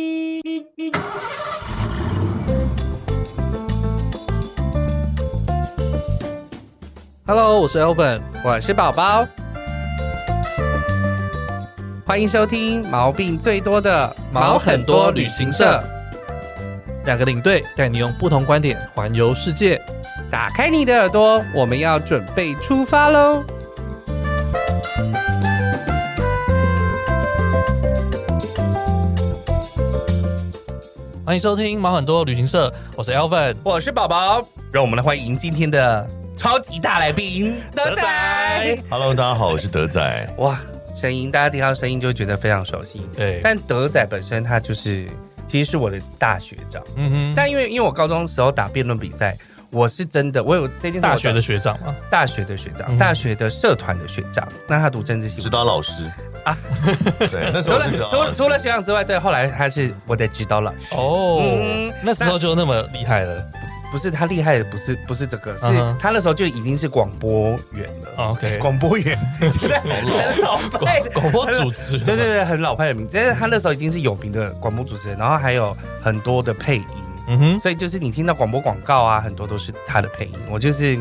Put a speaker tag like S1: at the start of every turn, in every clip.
S1: 滴。
S2: Hello，我是 Open，
S3: 我是宝宝，欢迎收听毛病最多的
S2: 毛很多旅行社，两个领队带你用不同观点环游世界。
S3: 打开你的耳朵，我们要准备出发喽！
S2: 欢迎收听毛很多旅行社，我是 Alvin。
S3: 我是宝宝，让我们来欢迎今天的超级大来宾德
S2: 德仔
S3: 仔。
S4: Hello，大家好，我是德仔。
S3: 哇，声音大家听到声音就会觉得非常熟悉，
S2: 对，
S3: 但德仔本身他就是其实是我的大学长，
S2: 嗯哼，
S3: 但因为因为我高中时候打辩论比赛。我是真的，我有这件事我
S2: 大学的学长嘛，
S3: 大学的学长，
S2: 嗯
S3: 大学的社团的学长，那他读政治系，
S4: 指导老师
S3: 啊
S4: 啊， 对，那时
S3: 除
S4: 候
S3: 了
S4: 是指导
S3: 除
S4: 老
S3: 了
S4: 师
S3: 除了学长之外，对，后来他是我的指导老师，
S2: 哦
S3: 嗯，
S2: 那时候就那么厉害了。
S3: 不是他厉害的，不是不是这个，是
S2: 嗯哼哦
S3: 他那时候就已经是广播员了。
S2: OK，
S3: 广播 员，真的很老派的，
S2: 广播主持人，
S3: 对对对，很老派的名字。但是他那时候已经是有名的广播主持人，然后还有很多的配音，
S2: 嗯哼，
S3: 所以就是你听到广播广告啊，很多都是他的配音。我就是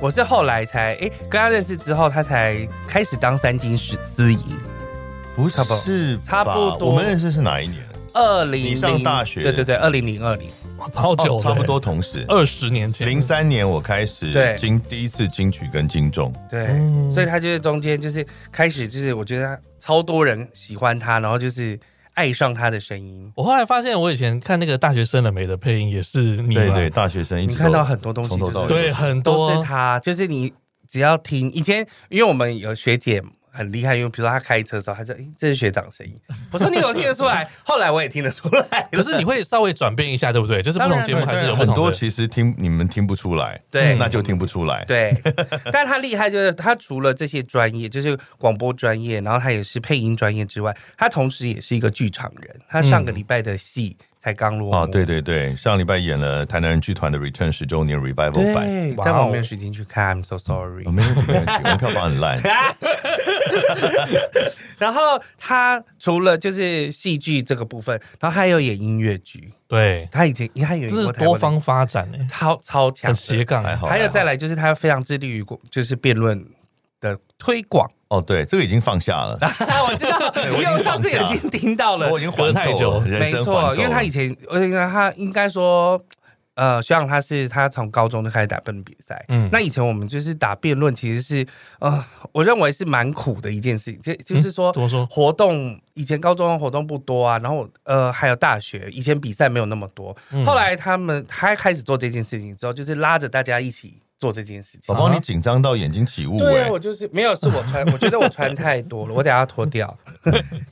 S3: 我是后来才哎跟他认识之后，他才开始当三金师司仪。
S4: 不哦
S3: 差不多
S4: 是吧
S3: 差不多
S4: 我们认识是哪一年？
S3: 二零
S4: 你上大学
S3: 对对对，二零零二零，
S2: 哇超久
S4: 哦
S2: 了，
S4: 差不多同时。
S2: 二十年前，
S4: 零三年我开
S3: 对
S4: 始金第一次金曲跟金钟，
S3: 对，
S4: 哦
S2: 嗯
S3: 所以他就是中间就是开始就是我觉得他超多人喜欢他，然后就是爱上他的声音。
S2: 我后来发现，我以前看那个《大学生了没》的配音也是你嘛，
S4: 对对，大学生一直
S3: 你
S4: 都
S3: 看到很多东西
S4: 从头
S3: 就是
S4: 到尾
S2: 对很
S3: 都
S2: 多
S3: 是他，就是你只要听以前，因为我们有学姐很厉害，因为比如说她开车的时候，她说：“诶、这是学长声音。”我说：“你有听得出来？”后来我也听得出来了。
S2: 可是你会稍微转变一下，对不对？就是不
S3: 当
S2: 同
S3: 然
S2: 节目
S4: 对
S2: 还是有不
S4: 很
S2: 同
S4: 多
S2: 的。
S4: 其实听你们听不出来，
S3: 对
S4: 那就听不出来。
S3: 对，但他厉害就是他除了这些专业，就是广播专业，然后他也是配音专业之外，他同时也是一个剧场人。他上个礼拜的戏才刚落幕，
S4: 哦，对对对，上礼拜演了台南人剧团的 Return 十周年 Revival 版，
S3: 对，
S2: 哇哦
S3: 但我没有时间去看，I'm so sorry
S4: 我。没问题，没问题，我们票房 很烂。
S3: 然后他除了就是戏剧这个部分，然后他还有演音乐剧，
S2: 对，
S3: 他以前他有演
S2: 这
S3: 过
S2: 是
S3: 台
S2: 多
S3: 湾的
S2: 方发展诶，
S3: 超超强
S2: 很
S3: 的
S2: 斜杠欸
S4: 还好
S3: 还有再来就是他非常致力于就是辩论的推 广。
S4: 哦，对，这个已经放 下了，
S3: 我知道，因
S4: 我已经
S3: 为我上次已
S4: 放下
S3: 经听到了
S4: 我，已经还
S2: 太久
S4: 够了，人
S3: 没
S4: 生
S3: 错，
S4: 还
S3: 因为
S4: 够
S3: 他
S4: 了
S3: 以前，我觉得他应该说，呃，学长他是他从高中就开始打辩论比赛。
S2: 嗯
S3: 嗯，那以前我们就是打辩论，其实是呃，我认为是蛮苦的一件事情，就就是说、
S4: 嗯
S2: 怎么说
S3: 活动以前高中活动不多啊，然后呃还有大学以前比赛没有那么多，
S2: 嗯
S3: 后来他们他开始做这件事情之后，就是拉着大家一起做这件事情
S4: 宝。宝，你紧张到眼睛起雾
S3: 啊对
S4: 哎
S3: 啊，！我就是没有，是我 穿，我觉得我穿太多了，我等下要脱掉。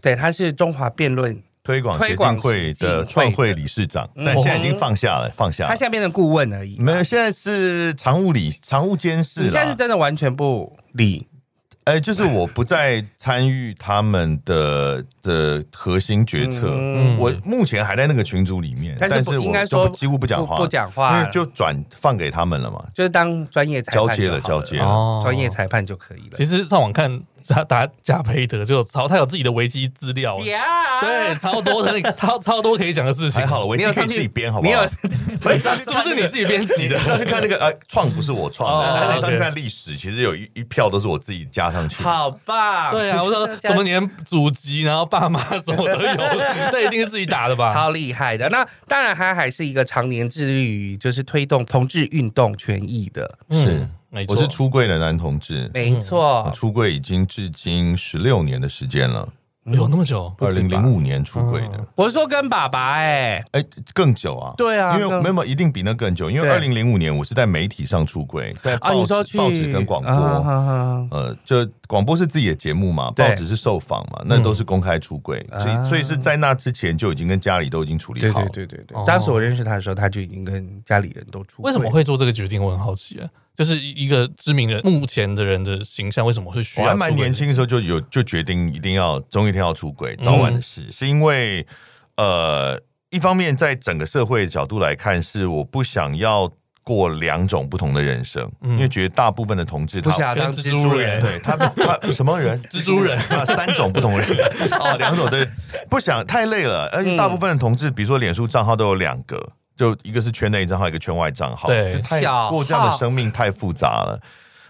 S3: 对，他是中华辩 论
S4: 推广
S3: 推
S4: 协
S3: 广
S4: 进
S3: 协
S4: 会
S3: 进会
S4: 的创会理事长，
S3: 嗯
S4: 但现在已经放下了，放下
S3: 他
S4: 了
S3: 现。在变成顾问而已。
S4: 没有，现在是常务理常务监
S3: 你
S4: 事
S3: 现在是
S4: 啦。
S3: 真的完全不理，
S4: 哎，就是我不再参与他们的的核心决策。
S3: 嗯
S4: 我目前还在那个群组里面，
S3: 但是
S4: 但
S3: 不
S4: 是
S3: 应
S4: 我
S3: 该
S4: 就
S3: 说
S4: 不几乎不讲话，
S3: 不不讲话
S4: 因为就转放给他们了嘛。
S3: 就是当专业裁判
S4: 交接
S3: 就好
S4: 了交接了
S2: 哦
S3: 专业裁判就可以了
S2: 其。实上网看打打贾培德就有超，他有自己的维基资料，
S3: 呀
S2: 对，超多的那 个超超多可以讲的事情。
S4: 还好了，我
S3: 哎你
S4: 已
S3: 有
S4: 经可以
S3: 上去
S4: 自己编，好不
S3: 你有
S4: 好？ 我上
S2: 是不是你自己编辑
S4: 你
S2: 的
S4: 的？上去看那个呃创不是我创
S2: 哦
S4: 的，但是上去
S2: OK
S4: 看历史，其实有一一票都是我自己加上去 的。
S3: 好棒！
S2: 对 啊，我说怎么连祖籍，然后爸妈什么都有，那一定是自己打的 吧？
S3: 超厉害的？那当然，他还是一个常年致力于就是推动同志运动权益的，
S2: 嗯
S4: 是
S2: 没错，
S4: 我是出柜的男同志，
S3: 嗯没
S4: 我
S3: 错。
S4: 出柜已经至今十六年的时间了，
S2: 有那么久，
S4: 二零零五年出柜的
S2: 嗯，
S3: 我是说跟爸爸哎，
S4: 哎、更久啊。
S3: 对啊
S4: 因为
S3: 更
S4: 没有一定比那更久，因为
S3: 对
S4: 二零零五年我是在媒体上出柜，在
S3: 啊，
S4: 报
S3: 你
S4: 纸、
S3: 说去
S4: 报纸跟广播。
S3: 啊哈哈
S4: 呃，就广播是自己的节目嘛，
S3: 对嗯
S4: 报纸是受访嘛，那都是公开出柜，所
S3: 啊
S4: 以所以是在那之前就已经跟家里都已经处理
S3: 对
S4: 好
S3: 对
S4: 了。
S3: 对对对，
S2: 哦
S3: 当时我认识他的时候，他就已经跟家里人都出。
S2: 为什么？会做这个决定？我很好奇啊，就是一个知名人目前的人的形象，为什么会需
S4: 我
S2: 要
S4: 还
S2: 出轨？
S4: 蛮年轻的时候就有就决定一定要总有一天要出
S2: 嗯
S4: 轨，早晚的事，是因为呃，一方面在整个社会角度来看，是我不想要过两种不同的人生，
S2: 嗯
S4: 因为觉得大部分的同志
S3: 不
S4: 他
S3: 想
S2: 跟
S3: 当
S2: 蜘
S3: 蜘
S2: 蛛
S3: 蛛
S2: 人
S3: 人，
S4: 对他他什么人？
S2: 蜘蛛人
S4: 啊，三种不同人哦，两种对，不想太累了，而且大部分的同志，比如说脸书账号都有两个，就一个是圈内账号，一个圈外账号，
S2: 对
S4: 就太
S3: 小号
S4: 过这样的生命太复杂了。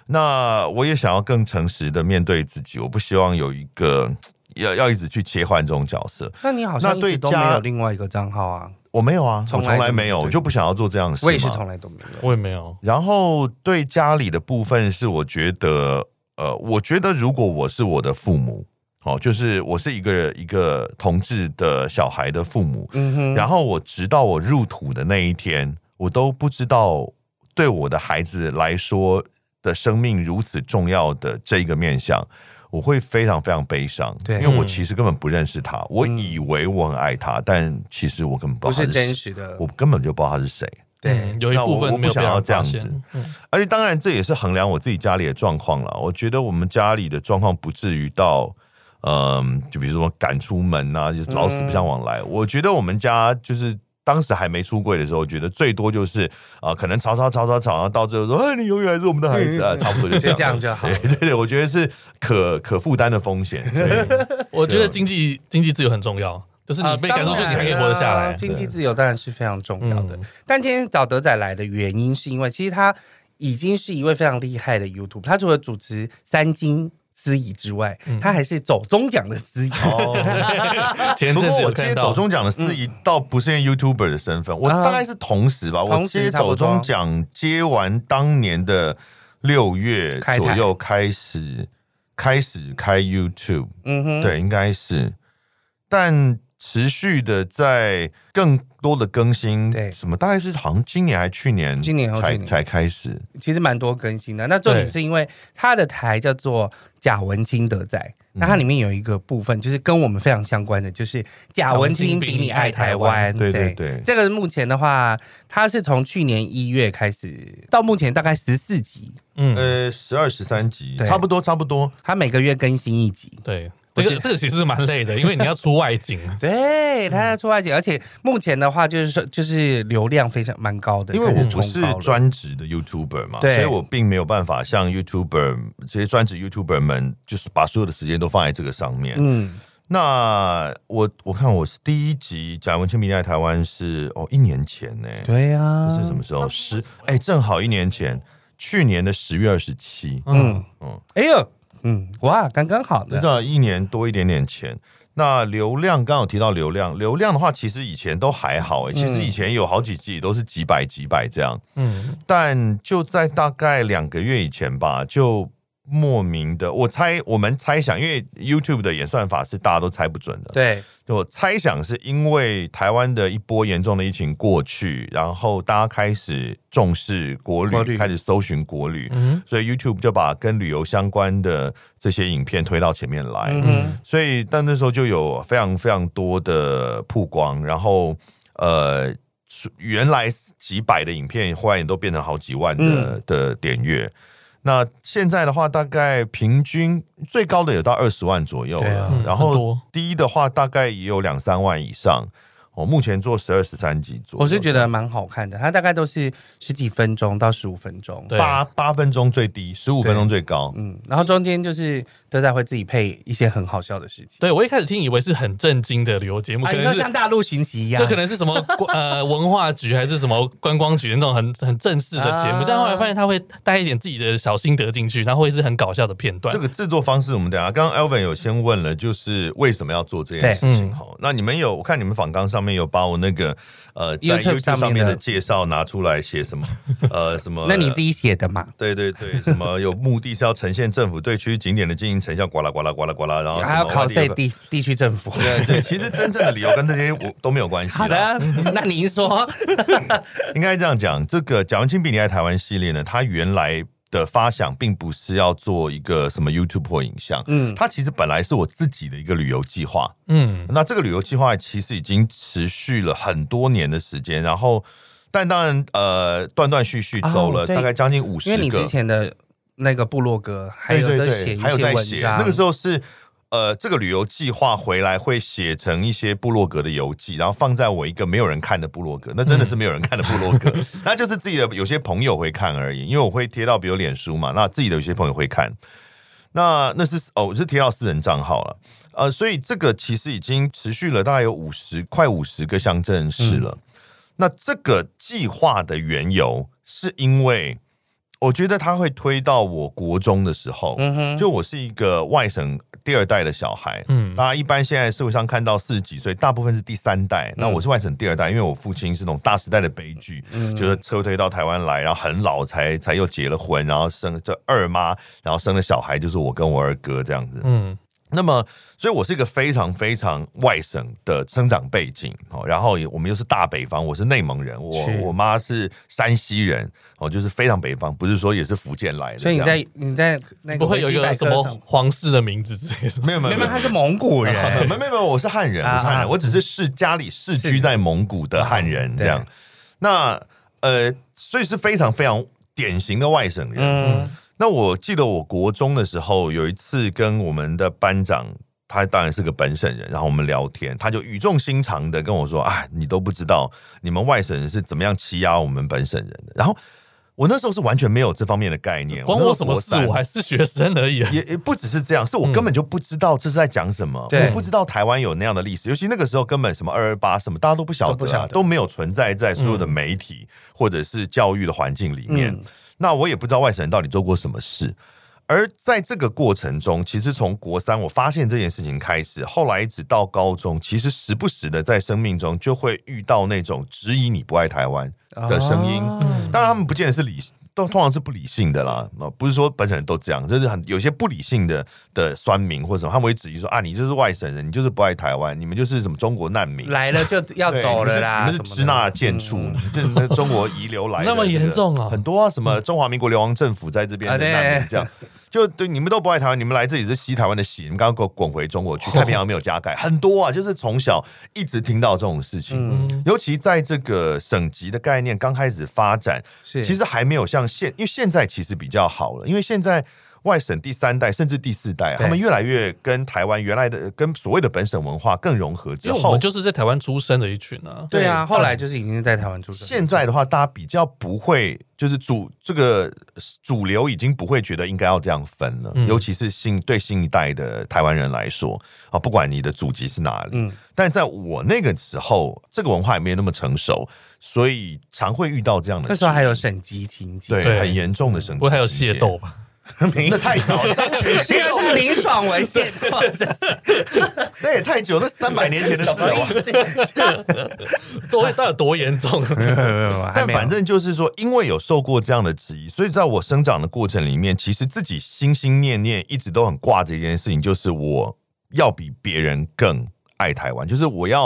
S4: 那我也想要更诚实的面对自己，我不希望有一个要要一直去切换这种角色，
S3: 那你好
S4: 那
S3: 像一
S4: 对
S3: 直都
S4: 家
S3: 没有另外一个账号啊？
S4: 我没有啊，
S3: 从
S4: 我
S3: 来
S4: 从来
S3: 都没
S4: 没有，
S3: 对
S4: 我就不想要做这样的事嘛。
S3: 我也是从来都没有。
S2: 我也没有，
S4: 然后对家里的部分是，我觉得，呃，我觉得如果我是我的父母，哦，就是我是一个一个同志的小孩的父母，
S3: 嗯哼，
S4: 然后我直到我入土的那一天，我都不知道对我的孩子来说的生命如此重要的这一个面向。我会非常非常悲伤，
S3: 对
S4: 因为我其实根本不认识他，我
S3: 嗯
S4: 以为我很爱他，但其实我根本不
S3: 不是
S4: 知道他是
S3: 真
S4: 谁，
S3: 实的
S4: 我，根本就不知道他是谁。
S3: 对
S2: 嗯，有一
S4: 那我
S2: 部
S4: 我
S2: 分没有
S4: 不想
S2: 被
S4: 要
S2: 人
S4: 这样
S2: 发现
S4: 子
S2: 嗯
S4: 而且当然这也是衡量我自己家里的状况了。我觉得我们家里的状况不至于到，嗯、就比如说赶出门啊，就是老死不相往来。我觉得我们家就是。当时还没出柜的时候，我觉得最多就是啊、呃可能吵吵吵吵吵，然后到最后说，哎，你永远还是我们的孩子啊，差不多就这
S3: 就
S4: 样。
S3: 这样就好
S4: 对
S3: 了。
S4: 对对，我觉得是可可负担的风险。所以
S2: 我觉得经济经济自由很重要，就是啊你被赶出去，你还可以活得下
S3: 啊
S2: 来。
S3: 经济自由当然是非常重要的
S2: 嗯。
S3: 但今天找德仔来的原因，是因为其实他已经是一位非常厉害的 YouTube，他除了主持三金。司仪之外，
S2: 嗯
S3: 他还是走中奖的司仪。
S2: 哦前
S4: 不
S2: 阵
S4: 过
S2: 子有
S4: 我接
S2: 看到
S4: 走，中奖的司仪倒不是因为 YouTuber 的身份，我
S3: 嗯啊
S4: 大概是同时吧，我
S3: 同
S4: 接
S3: 时差
S4: 走
S3: 不多
S4: 中奖接完当年的六月
S3: 开台
S4: 左右开始开始开 YouTube，
S3: 嗯哼，
S4: 对，应该是，但持续的在更多的更新，
S3: 对
S4: 什么大概是好像今年还去年，
S3: 今年还
S4: 才
S3: 去年
S4: 才开始，
S3: 其实蛮多更新的。那重点
S2: 对
S3: 是因为他的台叫做贾文清德仔，
S2: 嗯
S3: 那它里面有一个部分就是跟我们非常相关的，就是贾文清比你爱台湾。
S4: 对对对，
S3: 这个目前的话，它是从去年一月开始，到目前大概十四集，
S2: 嗯，
S4: 呃，十二十三集，
S3: 对
S4: 差不多差不多，
S3: 它每个月更新一集。
S2: 对，
S3: 我
S2: 这个
S3: 记
S2: 这个其实蛮累的，因为你要出外景。
S3: 对，它要出外景，而且目前的话就是说，就是流量非常蛮高的，
S4: 因为我
S3: 开始
S4: 不
S3: 冲
S4: 是
S3: 高了
S4: 专职的 YouTuber 嘛，所
S3: 对
S4: 以我并没有办法像 YouTuber 这些专职 YouTuber 们，就是把所有的时间都放在这个上面。
S3: 嗯，
S4: 那我我看我是第一集《贾文清明在台湾是》哦一年前呢、
S3: 对呀、
S4: 这
S3: 啊，
S4: 是什么时候？十哎、正好一年前，去年的十月二十七，
S2: 嗯
S3: 嗯，
S4: 嗯，
S3: 哎呦，嗯，哇，刚刚好
S4: 那
S3: 呢。
S4: 到一年多一点点前。那流量刚好提到流量，流量的话，其实以前都还好、欸，其实
S3: 嗯
S4: 以前有好几季都是几百几百这样。
S2: 嗯，
S4: 但就在大概两个月以前吧，就莫名的，我猜我们猜想，因为 YouTube 的演算法是大家都猜不准的。
S3: 对，
S4: 就我猜想是因为台湾的一波严重的疫情过去，然后大家开始重视国旅，
S3: 国旅
S4: 开始搜寻国旅，
S2: 嗯
S4: 所以 YouTube 就把跟旅游相关的这些影片推到前面来。
S3: 嗯哼，
S4: 所以但那时候就有非常非常多的曝光，然后呃，原来几百的影片，忽然也都变成好几万的、
S3: 嗯
S4: 的点阅。那现在的话，大概平均最高的有到二十万左右
S3: 对
S4: 了，
S3: 啊
S2: 嗯
S4: 然
S2: 很
S4: 后
S2: 多
S4: 低的话大概也有两三万以上。我、目前做十二十三集左右，
S3: 我是觉得蛮好看的，它大概都是十几分钟到十五分钟。
S2: 对
S4: 八八分钟最低，十五分钟最高。
S3: 嗯，然后中间就是德仔会自己配一些很好笑的事情，
S2: 对我一开始听以为是很震惊的旅游节目，
S3: 啊，
S2: 可
S3: 你说
S2: 能是
S3: 像大陆寻奇一样，
S2: 这可能是什么 呃文化局还是什么观光局那种很很正式的节目
S3: 啊，
S2: 但后来发现他会带一点自己的小心得进去，然后会是很搞笑的片段
S4: 这。个制作方式，我们等一下刚刚 Elvin 有先问了，就是为什么要做这件事
S2: 对
S4: 情
S2: 嗯
S4: 哈、那你们有我看你们访纲上面有把我那个呃在
S3: YouTube
S4: YouTube 上面
S3: 上面
S4: 的
S3: 的
S4: 介绍拿出来 写什么呃什么？
S3: 那你自己写的嘛？
S4: 对 对对，什么有目的是要呈现政府对区域景点的经营成效，呱啦呱啦呱啦呱啦，然后
S3: 还要考
S4: 赛
S3: 赛。地地区政府。
S4: 对对，其实真正的理由跟这些我都没有关系。
S3: 好，的， 那您说，
S4: 应该这样讲，这个《蒋文清比你爱台湾》系列呢，它原来的发想并不是要做一个什么 YouTube 或影像，
S3: 嗯，
S4: 它其实本来是我自己的一个旅游计划。
S2: 嗯，
S4: 那这个旅游计划其实已经持续了很多年的时间，然后但当然呃断断续续走了、
S3: 哦对
S4: 大概将近五十
S3: 因为你之
S4: 个，
S3: 前的那个部落格还有
S4: 对
S3: 在
S4: 对
S3: 写
S4: 对，
S3: 一
S4: 还有
S3: 些
S4: 在
S3: 文
S4: 写。
S3: 章，
S4: 那个时候是呃这个旅游计划回来会写成一些部落格的游记，然后放在我一个没有人看的部落格，那真的
S3: 嗯
S4: 是没有人看的部落格，那就是自己的有些朋友会看而已，因为我会贴到比如脸书嘛，那自己的有些朋友会看，那那是哦，我是贴到私人账号了。呃，所以这个其实已经持续了大概有五十快五十个乡镇市了。
S3: 嗯
S4: 那这个计划的缘由，是因为我觉得它会推到我国中的时候，
S3: 嗯哼，
S4: 就我是一个外省第二代的小孩。
S2: 嗯
S4: 大家一般现在社会上看到四十几岁，大部分是第三
S3: 嗯
S4: 代。那我是外省第二代，因为我父亲是那种大时代的悲剧，
S3: 嗯
S4: 就是车推到台湾来，然后很老才才又结了婚，然后生了这二妈，然后生了小孩，就是我跟我二哥这样子。
S2: 嗯
S4: 那么，所以我是一个非常非常外省的生长背景哦，然后也我们又是大北方，我是内蒙人，我
S3: 是
S4: 我妈是山西人哦，就是非常北方，不是说也是福建来的
S3: 所
S4: 这
S3: 以
S4: 样。
S3: 你在你在那个
S2: 不会有
S3: 维基
S2: 一个
S3: 百
S2: 什
S3: 科
S2: 么
S3: 上
S2: 皇室的名字之类 的。
S4: 没有没
S3: 没
S4: 有
S3: 有，没
S4: 没
S3: 有，
S4: 有
S3: 他是蒙古人，
S4: 没有没有没有，我是汉人，
S3: 啊
S4: 我是汉
S3: 啊嗯
S4: 人，我只是是家里世居在蒙古的汉人这样
S3: 对。
S4: 那呃，所以是非常非常典型的外省人。
S3: 嗯
S4: 那我记得我国中的时候，有一次跟我们的班长，他当然是个本省人，然后我们聊天，他就语重心长的跟我说：“啊，你都不知道你们外省人是怎么样欺压我们本省人的。”然后我那时候是完全没有这方面的概念，
S2: 关
S4: 那时
S2: 我
S4: 候
S2: 什么
S4: 国
S2: 事？
S4: 三
S2: 我还是学生而已啊。
S4: 也也不只是这样，是我根本就不知道这是在讲什么，
S3: 嗯对
S4: 我不知道台湾有那样的历史，尤其那个时候根本什么二二八什么，大家都不晓得啊、
S3: 都不晓得
S4: 都没有存在在所有的媒体、或者是教育的环境里面。
S3: 嗯
S4: 那我也不知道外省人到底做过什么事。而在这个过程中，其实从国三我发现这件事情开始，后来一直到高中，其实时不时的在生命中就会遇到那种质疑你不爱台湾的声音。
S3: 哦
S4: 当然，他们不见得是理，都通常是不理性的啦。那不是说本省人都这样，就是很有些不理性的的酸民或者什么，他们会质疑说啊，你就是外省人，你就是不爱台湾，你们就是什么中国难民，
S2: 嗯
S3: 来了就要
S4: 对
S3: 走了啦，
S4: 你们是你们是啊支
S3: 什么的嗯
S4: 那贱畜，你这那中国遗留来 的
S2: 那么严重啊
S4: 很多啊，什么中华民国流亡政府在这边
S3: 啊
S4: 的
S3: 对
S4: 难民这样。就对你们都不爱台湾，你们来这里是吸台湾的血，你们刚刚给我滚回中 国去，太平洋没有加盖，很多啊，就是从小一直听到这种事情，
S2: 嗯
S4: 尤其在这个省级的概念刚开始发展，
S3: 是
S4: 其实还没有像现，因为现在其实比较好了，因为现在外省第三代甚至第四代，
S3: 对
S4: 他们越来越跟台湾原来的跟所谓的本省文化更融合之
S2: 因为我
S4: 后
S2: 们，就是在台湾出生的一群啊。
S3: 对啊，
S4: 对
S3: 后来就是已经在台湾出生，
S4: 现在的话，大家比较不会，就是主这个主流已经不会觉得应该要这样分了，
S2: 嗯
S4: 尤其是新对新一代的台湾人来说啊，不管你的祖籍是哪里，
S3: 嗯
S4: 但在我那个时候，这个文化也没有那么成熟，所以常会遇到这样的
S3: 那
S4: 质疑。
S3: 时候还有省级情节，
S4: 对
S2: 对嗯
S4: 很严重的省
S2: 不会
S4: 级
S2: 还有
S4: 嗯情节
S2: 械斗，吧？
S4: 那太早了，张权
S3: 因
S4: 械
S3: 为
S4: 斗
S3: 是林爽文现在
S4: 那也太久，那啊三百年前的事了啊 吧。
S2: 这会到底有 多严 重？
S4: 但反正就是说，因为有受过这样的质疑，所以在我生长的过程里面，其实自己心心念念一直都很挂着一件事情，就是我要比别人更爱台湾，就是我要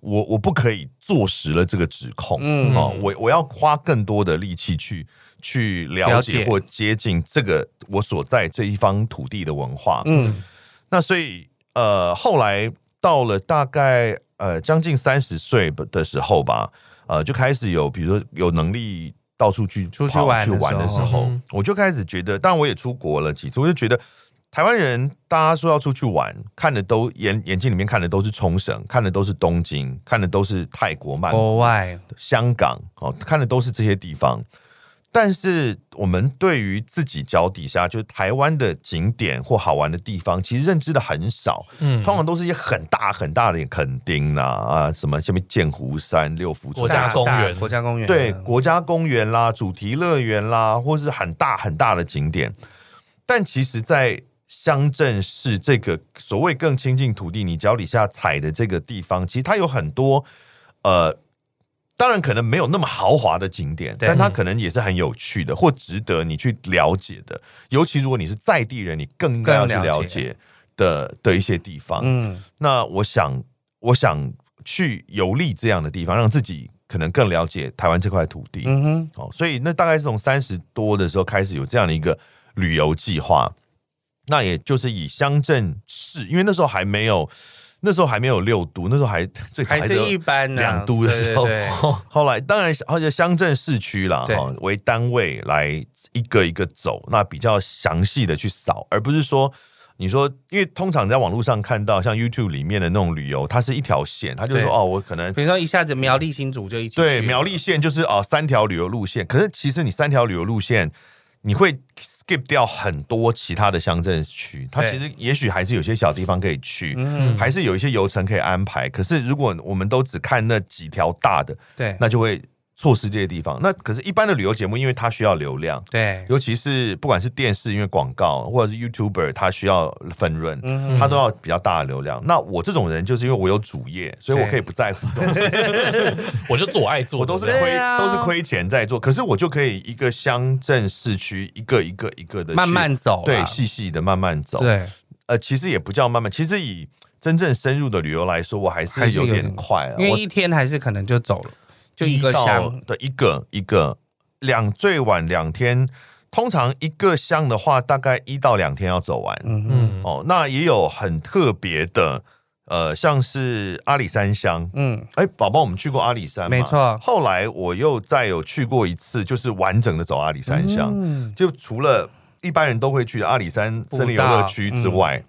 S4: 我我不可以坐实了这个指控，
S3: 嗯
S4: 嗯哦，我我要花更多的力气去去了
S3: 了解
S4: 解或接近这个我所在这一方土地的文化，
S3: 嗯
S4: 那所以呃，后来到了大概呃将近三十岁的时候吧，呃，就开始有比如说有能力到处去
S3: 出去
S4: 跑
S3: 玩
S4: 去
S3: 的
S4: 玩
S3: 时
S4: 的时
S3: 候
S4: 候
S2: 嗯，
S4: 我就开始觉得，当然我也出国了几次，我就觉得。台湾人，大家说要出去玩，看的都眼眼睛里面看的都是冲绳，看的都是东京，看的都是泰国曼谷
S3: 国外
S4: 香港哦，看的都是这些地方。但是我们对于自己脚底下就是台湾的景点或好玩的地方，其实认知的很少，
S2: 嗯
S4: 通常都是一些很大很大的垦丁啦啊，什么下面剑湖山、六福
S2: 国
S4: 村。
S2: 家
S3: 大
S2: 公园
S3: 大国家公园嗯
S4: 对国家公园啦、主题乐园啦，或是很大很大的景点。但其实，在乡镇市这个所谓更亲近土地，你脚底下踩的这个地方，其实它有很多呃，当然可能没有那么豪华的景点，
S3: 对
S4: 但它可能也是很有趣的，或值得你去了解的。尤其如果你是在地人，你更应该要去
S3: 更了
S4: 了
S3: 解
S4: 解的的一些地方。
S3: 嗯
S4: 那我想，我想去游历这样的地方，让自己可能更了解台湾这块土地。
S3: 嗯哼
S4: 哦，所以那大概是从三十多的时候开始有这样的一个旅游计划。那也就是以乡镇市，因为那时候还没有，那时候还没有六都，那时候还最早
S3: 还
S4: 只
S3: 是
S4: 有
S3: 一般呢
S4: 两都的时
S2: 哦
S4: 候
S3: 对对对
S4: 后来当然，而且乡镇市区啦，
S3: 对
S4: 哈、为单位来一个一个走，那比较详细的去扫，而不是说你说，因为通常在网络上看到像 YouTube 里面的那种旅游，它是一条线，它就说
S3: 对
S4: 哦，我可能
S3: 比如说一下子苗栗新竹就一起
S4: 对
S3: 去
S4: 苗栗县就是哦三条旅游路线，可是其实你三条旅游路线，你会 skip 掉很多其他的乡镇区，它
S3: 对
S4: 其实也许还是有些小地方可以去，
S3: 嗯
S4: 还是有一些游程可以安排。可是如果我们都只看那几条大的，
S3: 对
S4: 那就会错失这些地方。那可是，一般的旅游节目，因为它需要流量。
S3: 对
S4: 尤其是不管是电视，因为广告，或者是 YouTuber，它需要分润，
S3: 嗯
S4: 它都要比较大的流量。那我这种人，就是因为我有主业，所以我
S3: 对
S4: 可以不在 乎这种事情
S2: 我就做我爱做的，
S4: 我都是
S2: 这样
S4: 亏、
S3: 对啊
S4: 都是亏钱在做，可是我就可以一个乡镇市区一个一个一个的
S3: 慢慢走
S4: 对
S3: 啦
S4: 细细的慢慢走。，
S3: 对
S4: 呃，其实也不叫慢慢，其实以真正深入的旅游来说，我还
S3: 还
S4: 是
S3: 是
S4: 有
S3: 有
S4: 点
S3: 点
S4: 快了。
S3: 因
S4: 我
S3: 为一天还是可能就走了，就一个
S4: 到
S3: 乡，
S4: 的一个一个两最晚两天，通常一个乡的话，大概一到两天要走完。
S3: 嗯嗯
S2: 嗯，
S4: 哦，那也有很特别的，呃，像是阿里山乡，
S3: 嗯，
S4: 哎，宝宝，我们去过阿里山嘛，
S3: 没错
S4: 后来我又再有去过一次，就是完整的走阿里山乡，
S3: 嗯
S4: 就除了一般人都会去的阿里山森林游乐区
S3: 嗯
S4: 之外，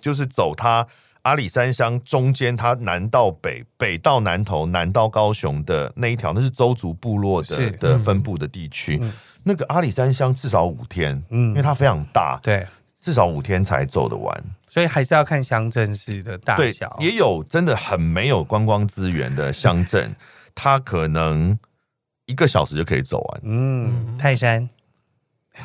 S4: 就是走它阿里山乡中间，它南到北，北到南投，南到高雄的那一条，那是周族部落的
S3: 是
S4: 的分布的地区。
S3: 嗯
S4: 那个阿里山乡至少五天，
S3: 嗯
S4: 因为它非常大，
S3: 对，
S4: 至少五天才走得完。
S3: 所以还是要看乡镇市的大
S4: 对
S3: 小，，
S4: 也有真的很没有观光资源的乡镇，它可能一个小时就可以走完。
S3: 嗯，泰山，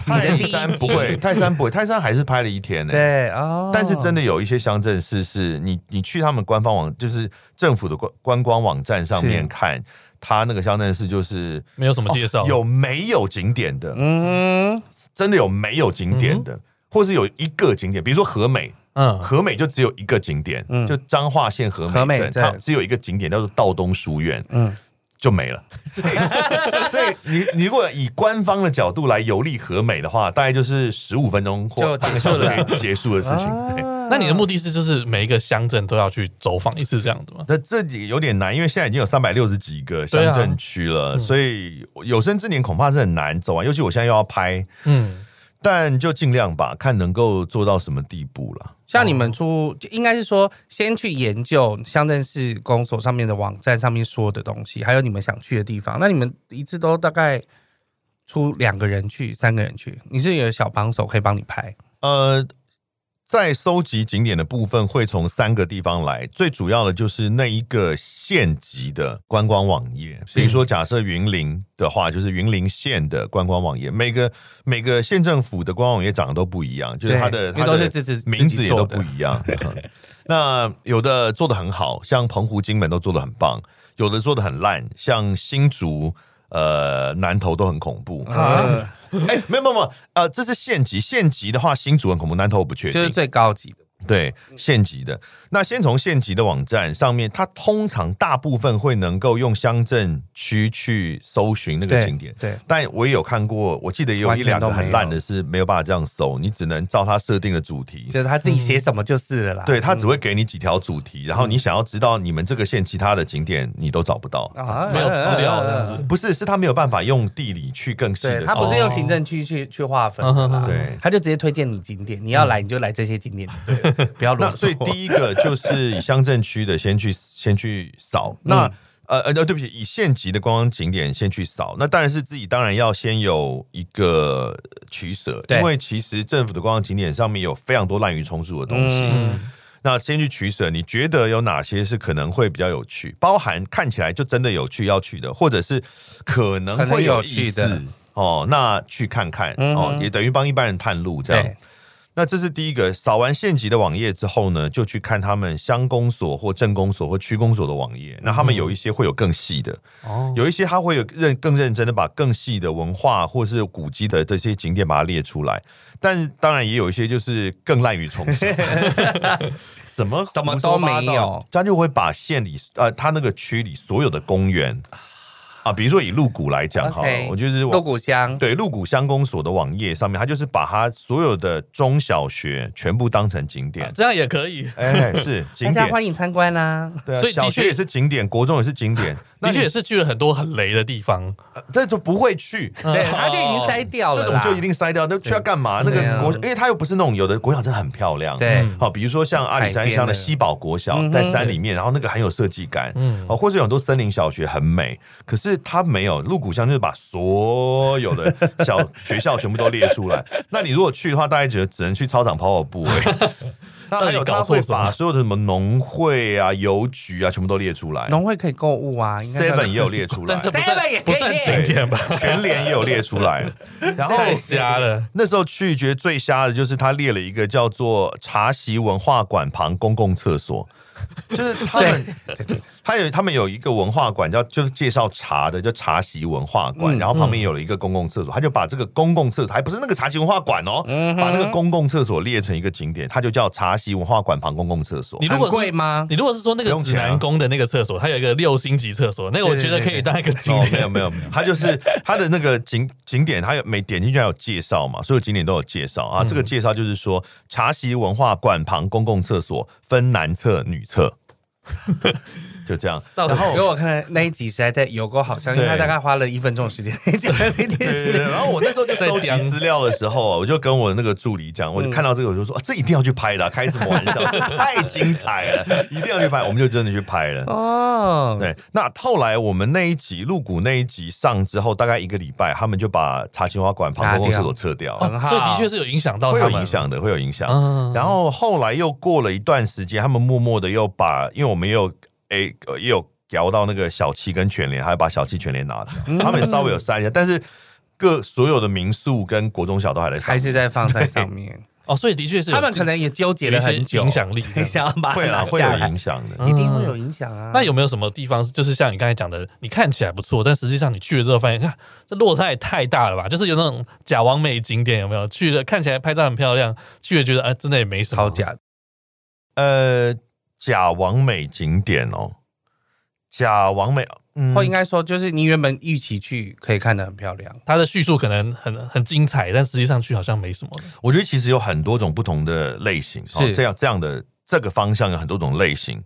S4: 泰山不会，泰山不会，泰山还是拍了一天呢、
S3: 对哦，
S4: 但是真
S3: 的
S4: 的有一些乡镇市是你你去他们官方网，就是政府的观观光网站上面
S3: 是
S4: 看，它那个乡镇市就是哦
S2: 没有什么介绍，
S4: 有没有景点的，
S3: 嗯
S4: 真的有没有景点的，或是有一个景点，比如说和美，
S2: 嗯，
S4: 和美就只有一个景点，
S3: 嗯
S4: 就彰化县和
S3: 和
S4: 美
S3: 美
S4: 镇，
S3: 镇
S4: 它只有一个景点叫做道东书院，
S3: 嗯
S4: 就没了。 所以你你如果以官方的角度来游历和美的话，大概就是十五分钟或
S3: 就
S4: 半
S3: 结
S4: 个
S3: 束
S4: 小时
S3: 了啊
S4: 可以结束的事情。对，哦
S2: 那你的目的是就是每一个乡镇都要去走访一次这样子吗？
S4: 那这几个有点难，因为现在已经有三百六十几个乡镇区了，所以有生之年恐怕是很难走完。尤其我现在又要拍，
S2: 嗯，
S4: 但就尽量吧，看能够做到什么地步了。
S3: 像你们出，就应该是说先去研究乡镇市公所上面的网站上面说的东西，还有你们想去的地方。那你们一次都大概出两个人去，三个人去，你是有小帮手可以帮你拍，
S4: 呃，在搜集景点的部分会从三个地方来，最主要的就是那一个县级的观光网页。比如说，假设云林的话，就是云林县的观光网页，每
S3: 嗯
S4: 个每个县政府的观光网页长得都不一样，就是它的
S3: 对因
S4: 它
S3: 为
S4: 的
S3: 都是自己
S4: 名字也都不
S3: 自己做的
S4: 一样。嗯那有的做的很好，像澎湖、金门都做的很棒；有的做的很烂，像新竹、呃南投都很恐怖。
S3: 啊
S4: 哎、没有没有没有，呃，这是县级，县级的话，新竹很恐怖，南投我不确定。
S3: 就是最高级的。
S4: 对县级的，那先从县级的网站上面，它通常大部分会能够用乡镇区去搜寻那个景点。
S3: 对，
S4: 但我也有看过，我记得也有
S3: 完
S4: 一
S3: 全
S4: 两个
S3: 都没
S4: 很烂
S3: 有
S4: 的是没有办法这样搜，你只能照它设定的主题。
S3: 就是他自己写什么就是了啦。
S4: 对，它只会给你几条主题，
S3: 嗯
S4: 然后你想要知道你们这个县其他的景点，你都找不到。
S3: 啊
S2: 没有资料
S4: 嗯
S2: 这样子
S4: 不是，是它没有办法用地理去更细
S3: 对
S4: 的。
S3: 他不是用行政区去去划分的
S2: 嗯嗯嗯
S3: 啦，
S4: 对
S3: 他就直接推荐你景点，你要来你就来这些景点，对不要啰
S4: 那所以
S3: 嗦。
S4: 第一个就是以乡镇区的先去 先去扫。
S3: 嗯
S4: 那呃呃，对不起，以县级的观光景点先去扫。那当然是自己当然要先有一个取舍，
S3: 对
S4: 因为其实政府的观光景点上面有非常多滥竽充数的东西。
S3: 嗯
S4: 那先去取舍，你觉得有哪些是可能会比较有趣？包含看起来就真的有趣要去的，或者是可能
S3: 可能
S4: 会
S3: 有
S4: 意
S3: 趣
S4: 思
S3: 的
S4: 哦，那去看看、
S3: 嗯
S4: 哦，也等于帮一般人探路这样
S3: 对。
S4: 那这是第一个，扫完县级的网页之后呢，就去看他们乡公所或镇公所或区公所的网
S3: 嗯
S4: 页。那他们有一些会有更细的，
S2: 哦，
S4: 有一些他会有认更认真的把更细的文化或是古迹的这些景点把它列出来。但当然也有一些就是更滥竽充 数，什么
S3: 什么
S4: 胡说
S3: 都没
S4: 八道
S3: 有，
S4: 他就会把县里呃他那个区里所有的公园啊，比如说以鹿谷来讲好了
S3: OK，
S4: 我就是
S3: 鹿谷乡，
S4: 对，鹿谷乡公所的网页上面，它就是把它所有的中小学全部当成 景点。
S2: 啊这样也可以，
S4: 哎、是景
S3: 大家
S4: 点，
S3: 欢迎参观啦。
S4: 对啊，
S2: 所以的
S4: 小学
S2: 确
S4: 也是景点，国中也是景点。那
S2: 的
S4: 你
S2: 确也是去了很多很雷的地方，
S4: 这就不会去。
S3: 对，他就已经筛掉了
S4: 这
S3: 啦，
S4: 种就一定筛掉，那去要干嘛？那
S3: 对啊
S4: 个国，因为它又不是那种有的国小真的很漂亮，哦
S3: 对
S2: 嗯
S4: 好，比如说像阿里山乡
S3: 海边
S4: 的
S3: 的
S4: 西堡国小
S3: 嗯，哼
S4: 在山里面，然后那个很有设计感，
S2: 嗯
S4: 哦，或者有很多森林小学很美，可是它没有鹿谷乡，就是把所有的小学校全部都列出来。那你如果去的话，大概只只能去操场跑跑步 而已。那还
S2: 到
S4: 有
S2: 底搞
S4: 他
S2: 错
S4: 会
S2: 什么
S4: 把所有的什么农会啊、邮局啊，全部都列出 来
S3: 农会可以购物啊应该是
S4: ，Seven 也有列出来
S2: 但，这不
S3: Seven 也
S2: 算
S3: 可
S2: 不
S3: 以
S2: 算景
S4: 对
S2: 点吧？
S4: 全联也有列出 来， 然后
S2: 太瞎了，
S4: 那时候去觉得最瞎的就是他列了一个叫做茶席文化馆旁公共厕所，就是他们，他有他们有一个文化馆叫就是介绍茶的叫茶席文化馆，
S3: 嗯
S4: 然后旁边有了一个公共厕所，他就把这个公共厕所还不是那个茶席文化馆哦，把那个公共厕所列成一个景点，他就叫茶席文化馆旁公共厕所
S2: 你。如果
S3: 很
S2: 是
S3: 贵吗？
S2: 你如果是说那
S4: 不
S2: 个
S4: 用
S2: 指
S4: 钱啊
S2: 南宫的那个厕所，它有一个六星级厕所，那个我
S3: 对
S2: 觉得
S3: 对
S2: 可以
S3: 对
S2: 当一个景
S4: 哦，没有
S2: 点。
S4: 没有，没有，他就是他的那个景景点，他有每点进去还有介绍嘛，所有景点都有介绍啊。这个介绍就是说，茶席文化馆旁公共厕所分男厕女厕， 就这样。
S2: 到底
S4: 然后
S3: 给我看那一集实在在有够好笑，因为他
S4: 对
S3: 大概花了一分钟的时间讲那件
S4: 对对对，
S3: 事。
S4: 然后我那时候就收集资料的时候啊，我就跟我那个助理讲，我就看到这个，我就说、啊、这一定要去拍的啊、开什么玩笑，这太精彩了，一定要去拍，我们就真的去拍了。
S3: 哦，
S4: 对，那后来我们那一集入股那一集上之后，大概一个礼拜，他们就把茶青花馆旁公共厕所撤掉，
S2: 哦
S3: 很好
S2: 所以的确是有影响到
S4: 会
S2: 他
S4: 有
S2: 们，
S4: 影响的，会有影响。
S2: 嗯
S4: 然后后来又过了一段时间，他们默默的又把，因为我们也有诶、呃也有聊到那个小七跟全联，还有把小七全联拿掉，他们也稍微有删一下，但是各所有的民宿跟国中小都还在上
S3: 还。是在放在上面，
S2: 哦，所以的确是有
S3: 他们可能也纠结
S2: 有一
S3: 了
S2: 些
S3: 很久，
S2: 影响力这 样。
S3: 想要把它
S4: 会啦，
S3: 拿
S4: 会
S3: 下
S4: 有
S3: 来
S4: 影，响的。
S2: 嗯
S3: 一定会有影响啊。
S2: 那有没有什么地方，就是像你刚才讲的，你看起来不错，但实际上你去了之后发现，看啊这落差也太大了吧？就是有那种假完美景点，有没有？去了看起来拍照很漂亮，去了觉得啊、真的也没什么。
S3: 超假的，
S4: 呃，假王美景点哦，假王美，嗯，
S3: 哦或应该说就是你原本预期去可以看得很漂亮，
S2: 它的叙述可能很很精彩，但实际上去好像没什么的。
S4: 我觉得其实有很多种不同的类型，
S3: 是
S4: 哦、这样这样的这个方向有很多种类型。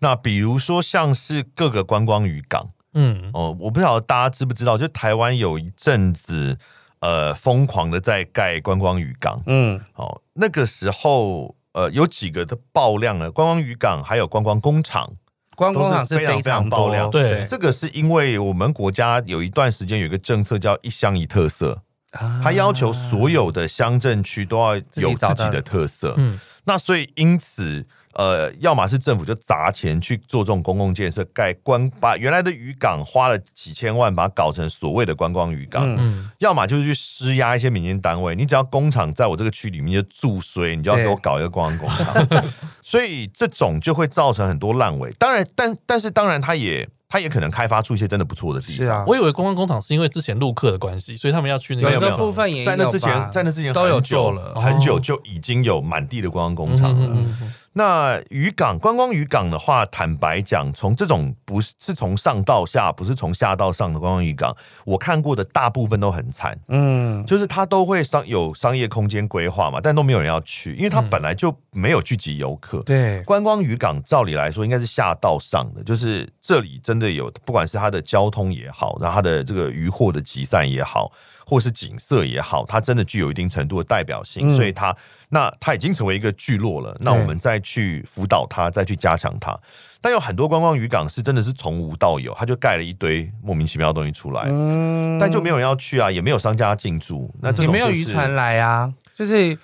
S4: 那比如说像是各个观光渔港
S2: 嗯，
S4: 哦，我不晓得大家知不知道，就台湾有一阵子呃疯狂的在盖观光渔港
S3: 嗯，
S4: 哦，那个时候呃有几个的爆量了，观光渔港还有观光工厂。
S3: 观光场
S4: 都是非常
S3: 非常
S4: 爆
S3: 多
S4: 量
S2: 对
S4: 这个是因为我们国家有一段时间有一个政策叫一乡一特色，
S3: 啊
S4: 它要求所有的乡镇区都要
S3: 自己
S4: 有
S3: 找
S4: 自己
S3: 到
S4: 的特色。
S2: 嗯，
S4: 那所以因此，呃，要么是政府就砸钱去做这种公共建设，盖观把原来的渔港花了几千万把它搞成所谓的观光渔港，
S3: 嗯
S2: 嗯，
S4: 要么就是去施压一些民间单位，你只要工厂在我这个区里面就注水，你就要给我搞一个观光工 厂，所以这种就会造成很多烂尾。当然，但但是当然，它也它也可能开发出一些真的不错的地
S3: 是
S4: 方。
S3: 啊，
S2: 我以为观光工厂是因为之前陆客的关系，所以他们要去那个
S4: 没
S3: 有
S4: 有没
S3: 的
S4: 有
S3: 部分也有
S4: 在那之
S3: 吧
S4: 前，在那之前
S3: 都有
S4: 很久
S3: 做了，哦
S4: 很久就已经有满地的观光工厂了。
S2: 嗯嗯
S4: 那渔港观光渔港的话，坦白讲，从这种不是是从上到下，不是从下到上的观光渔港，我看过的大部分都很惨，
S3: 嗯，
S4: 就是它都会商有商业空间规划嘛，但都没有人要去，因为它
S3: 嗯
S4: 本来就没有聚集游客。
S3: 对，
S4: 观光渔港照理来说应该是下到上的，就是这里真的有，不管是它的交通也好，然后它的这个渔获的集散也好，或是景色也好，它真的具有一定程度的代表性，
S3: 嗯
S4: 所以它那它已经成为一个聚落了。那
S3: 对
S4: 我们再去辅导它，再去加强它。但有很多观光渔港是真的是从无到有，它就盖了一堆莫名其妙的东西出来，
S3: 嗯
S4: 哎但就没有人要去啊，也没有商家进驻，那这
S3: 也
S4: 种、
S3: 没有渔船。来啊，就是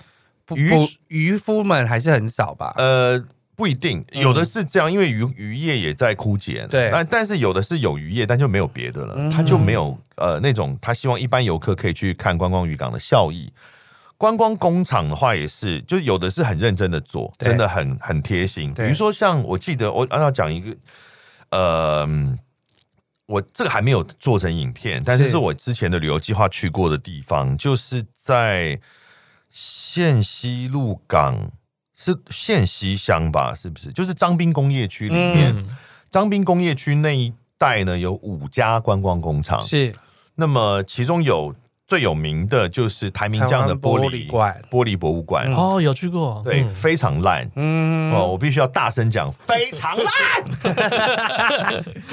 S3: 捕
S4: 渔
S3: 捕渔夫们还是很少吧，
S4: 呃，不一定，
S3: 嗯
S4: 有的是这样，因为渔渔业也在枯竭。
S3: 对
S4: 但但是有的是有渔业，但就没有别的了，
S3: 嗯
S4: 他就没有呃那种他希望一般游客可以去看观光渔港的效益。观光工厂的话也是，就是有的是很认真的做，
S3: 对
S4: 真的很很贴心。比
S3: 对
S4: 如说像我记得我啊要讲一个，呃，嗯我这个还没有做成影片，但是
S3: 是
S4: 是我之前的旅游计划去过的地方，就是在县西路港，是县西乡吧？是不是？就是张滨工业区里面，
S2: 嗯
S4: 张滨工呃业区那一带呢，有五家观光工厂。
S3: 是
S4: 那么其中有最有名的就是台名匠的
S3: 台湾
S4: 玻
S3: 玻
S4: 璃
S3: 璃馆
S4: 玻璃博物馆，
S2: 哦，有去过，
S4: 嗯对，
S2: 嗯
S4: 非常烂。
S3: 嗯，
S4: 哦，我必须要大 声讲，非常烂。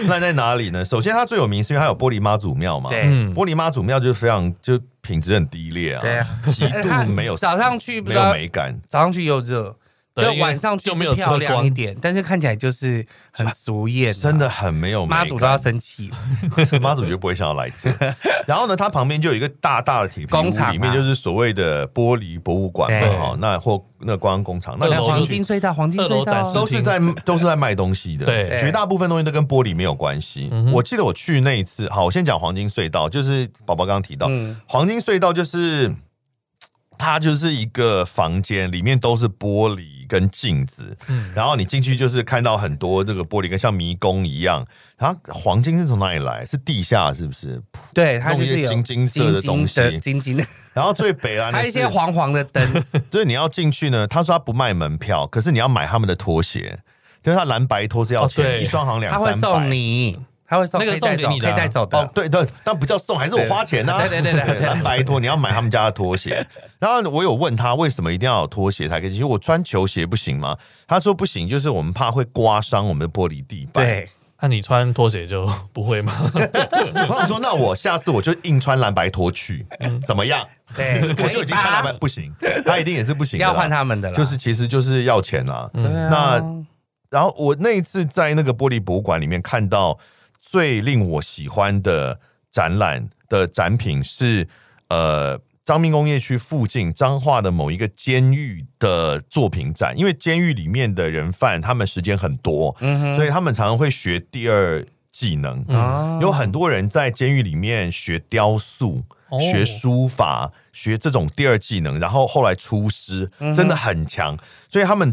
S4: 烂在哪里呢？首先，它最有名是因为它有玻璃妈祖庙嘛。
S3: 对
S2: 嗯，
S4: 玻璃妈祖庙就是非常就品质很低劣啊，
S3: 对啊
S4: 极度没有
S3: 早上去不
S4: 没
S3: 知
S4: 有
S3: 道
S4: 美感。
S3: 早上去又热，
S2: 对
S3: 就
S2: 因为
S3: 晚上去
S2: 就没有
S3: 是漂
S2: 遮
S3: 亮
S2: 光
S3: 一点，但是看起来就是很俗艳啊，
S4: 真的很没有美
S3: 妈
S4: 感
S3: 祖都要生气了。
S4: 妈祖就不会想要来 这。然后呢，它旁边就有一个大大的铁皮屋
S3: 工厂啊
S4: 里面就是所谓的玻璃博物馆嘛，
S3: 对
S4: 哈，那或那观光工厂，那
S2: 二
S4: 两
S2: 楼
S4: 间
S2: 就
S3: 黄
S2: 是
S3: 金隧道，黄金
S2: 二楼
S3: 隧
S2: 展
S3: 道哦
S2: 示
S4: 都是在都是在卖东西的，
S2: 对
S4: 绝大部分东西都跟玻璃没有关系
S2: 嗯哼。
S4: 我记得我去那一次，好，我先讲黄金隧道，就是宝宝刚刚提到
S3: 嗯
S4: 黄金隧道，就是它就是一个房间，里面都是玻璃跟镜子，
S2: 嗯
S4: 然后你进去就是看到很多这个玻璃跟像迷宫一样。然后黄金是从哪里来？是地下是不是？
S3: 对，它就是有
S4: 弄一些金金色的东西
S3: 金金的金金的，
S4: 然后最北岸
S3: 还
S4: 的
S3: 有一
S4: 是
S3: 些黄黄的灯，
S4: 就是你要进去呢，他说他不卖门票，可是你要买他们的拖鞋，就是他蓝白拖是要
S2: 哦
S4: 钱，
S2: 对
S4: 一双好像两
S3: 他会
S4: 三百。
S3: 送你，他会送，
S2: 那个
S3: 可以带
S2: 送给
S3: 走
S2: 你的
S3: 可以
S2: 啊
S3: 带走
S4: 哦
S3: 的，，
S4: 对对，但不叫送，还是我花钱呐、
S3: 对对对对对
S4: 蓝白拖，你要买他们家的 拖鞋。然后我有问他为什么一定要有拖鞋才可以进去，我穿球鞋不行吗？他说不行，就是我们怕会刮伤我们的玻璃地板。
S3: 对，
S2: 那你穿拖鞋就 不会吗？
S4: 我想说，那我下次我就硬穿蓝白拖去，
S3: 嗯
S4: 怎么样？
S3: 对
S4: 我就已经穿蓝白，不行，他一定也是不行的啦。
S3: 要换他们的了，
S4: 就是其实就是要钱啦。
S3: 对啊
S4: 那嗯然后我那一次在那个玻璃博物馆里面看到最令我喜欢的展览的展品是呃。彰滨工业区附近彰化的某一个监狱的作品展，因为监狱里面的人犯他们时间很多，
S3: 嗯哼
S4: 所以他们常常会学第二技能。
S3: 哦
S4: 有很多人在监狱里面学雕塑、
S2: 哦
S4: 学书法、学这种第二技能，然后后来出师，
S3: 嗯
S4: 真的很强。所以他们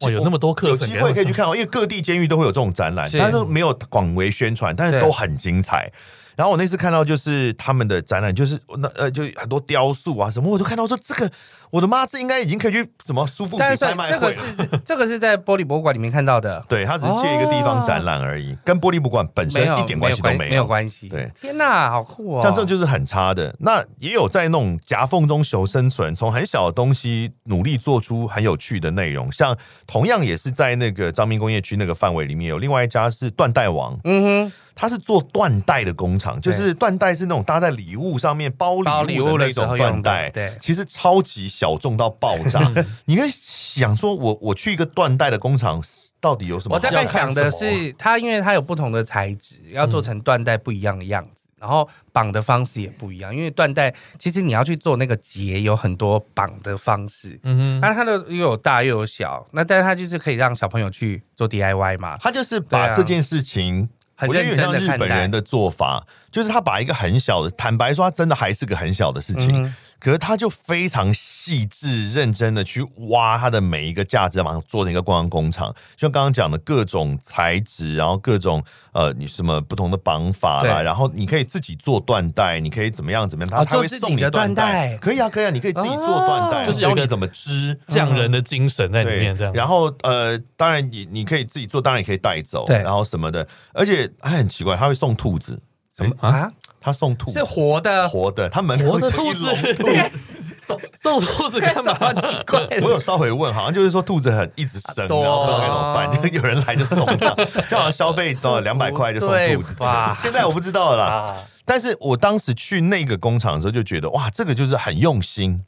S2: 哇哦有那么多课
S4: 有
S2: 程
S4: 机
S2: 给他
S4: 会
S2: 们
S4: 可以去
S2: 上
S4: 看哦，因为各地监狱都会有这种展览，
S3: 是
S4: 但是没有广为宣传，但是
S3: 对
S4: 都很精彩。然后我那次看到就是他们的展览，就是那呃，就很多雕塑啊什么，我都看到说这个，我的妈，这应该已经可以去什么苏富比
S3: 但是
S4: 拍卖
S3: 这
S4: 会
S3: 个
S4: 了。
S3: 是是这个是在玻璃博物馆里面看到的，
S4: 对，他只是借一个地方展览而已，跟玻璃博物馆本身
S3: 没有
S4: 一点关系都
S3: 没有关系。
S4: 对，
S3: 天哪，好酷哦！
S4: 像这就是很差的。那也有在那种夹缝中求生存，从很小的东西努力做出很有趣的内容。像同样也是在那个彰滨工业区那个范围里面，有另外一家是缎带王，
S3: 嗯哼，
S4: 它是做缎带的工厂，就
S3: 对
S4: 是缎带是那种搭在礼物上面包
S3: 包
S4: 礼
S3: 礼
S4: 物
S3: 物
S4: 的那
S3: 的时
S4: 种
S3: 候
S4: 缎
S3: 用
S4: 带
S3: 的，，对，
S4: 其实超级小众到爆 炸。你会想说我，我去一个缎带的工厂，到底有什
S3: 我
S4: 么啊好
S3: 大
S4: 看？
S3: 概想的
S2: 要看
S3: 是，它因为它有不同的材质，要做成缎带不一样的样子，然后绑的方式也不一样。因为缎带其实你要去做那个结，有很多绑的方式。
S2: 嗯哼，
S3: 那它的又有大又有小，那但是它就是可以让小朋友去做 DIY 嘛，
S4: 他就是把
S3: 对啊
S4: 这件事情，
S3: 很
S4: 我觉得有
S3: 认
S4: 点
S3: 真
S4: 像
S3: 地
S4: 日
S3: 看
S4: 本人的做法，就是他把一个很小的，坦白说，他真的还是个很小的事情，
S3: 嗯
S4: 可是他就非常细致、认真的去挖它的每一个价值，马上做成一个观光工厂。像刚刚讲的各种材质，然后各种呃，你什么不同的绑法啦，
S3: 对
S4: 然后你可以自己做缎带，你可以怎么样怎么样，他
S3: 哦
S4: 他
S3: 做
S4: 会
S3: 自己
S4: 送你
S3: 的
S4: 缎
S3: 缎带啊
S4: 可以啊，可以啊，你可以自己做缎带，
S2: 哦就是有
S4: 教
S2: 一个
S4: 你怎么织。
S2: 匠人的精神在里
S4: 对，
S2: 面，这样，
S4: 然后呃，当然你你可以自己做，当然也可以带走，
S3: 对
S4: 然后什么的，而且还很奇怪，他会送兔子，
S3: 什么
S2: 啊
S3: 啊？
S4: 他送兔
S3: 是
S4: 子
S3: 活的，
S4: 嗯活的，他门
S2: 活
S4: 口
S2: 的
S4: 就
S2: 兔
S4: 一笼
S2: 子
S4: 兔子。
S2: 送兔子干 嘛？
S3: 奇怪的
S4: 我有稍微问，好像就是说兔子很一直 生，然
S3: 多
S4: 后不知道该怎么办， 就是有人来就送它，就好像消费到两百块就送兔子
S3: 对吧，
S4: 现在我不知道了啦。
S3: 啊？
S4: 但是我当时去那个工厂的时候，就觉得哇，这个就是很用心。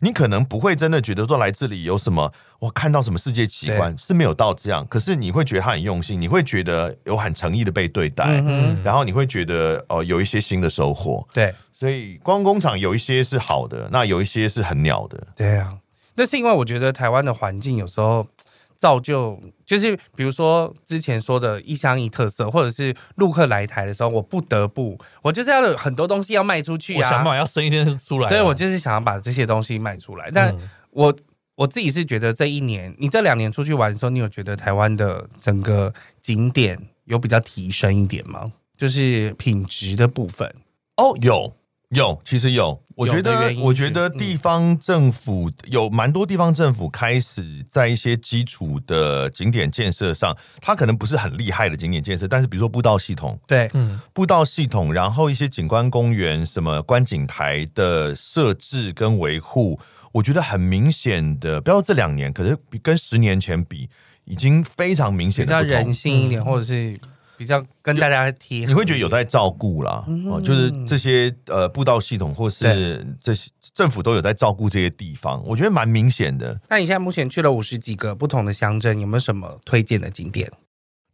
S4: 你可能不会真的觉得说来这里有什么，我看到什么世界奇观是没有到这样，可是你会觉得他很用心，你会觉得有很诚意的被对待，
S3: 嗯哼，
S4: 然后你会觉得哦、呃有一些新的收获。
S3: 对
S4: 所以观光工厂有一些是好的，那有一些是很鸟的。
S3: 对啊，那是因为我觉得台湾的环境有时候造就，就是比如说之前说的一乡一特色，或者是陆客来台的时候，我不得不，我就是要有很多东西要卖出去
S2: 我想
S3: 啊。
S2: 法要生一天是出来，
S3: 对，我就是想要把这些东西卖出来。但
S2: 嗯
S3: 我、我自己是觉得这一年，你这两年出去玩的时候，你有觉得台湾的整个景点有比较提升一点吗？就是品质的部分，
S4: 哦，有有，其实有，我觉
S3: 有的
S4: 得
S3: 原，因
S4: 我
S3: 是嗯
S4: 觉得地方政府有蛮多地方政府开始在一些基础的景点建设上，它可能不是很厉害的景点建设，但是比如说步道系统、
S3: 对，
S2: 嗯，
S4: 步道系统，然后一些景观公园、什么观景台的设置跟维护，我觉得很明显的，不要说这两年，可是比跟十年前比，已经非常明
S3: 比
S4: 显
S3: 较
S4: 的不
S3: 人
S4: 同。
S3: 性
S2: 嗯
S3: 一点，或者是比较跟大家贴合一点，
S4: 你会觉得有在照顾啦，
S3: 嗯
S4: 哦，就是这些呃步道系统或是这些政府都有在照顾这些地方，我觉得蛮明显的。
S3: 那你现在目前去了五十几个不同的乡镇，有没有什么推荐的景点？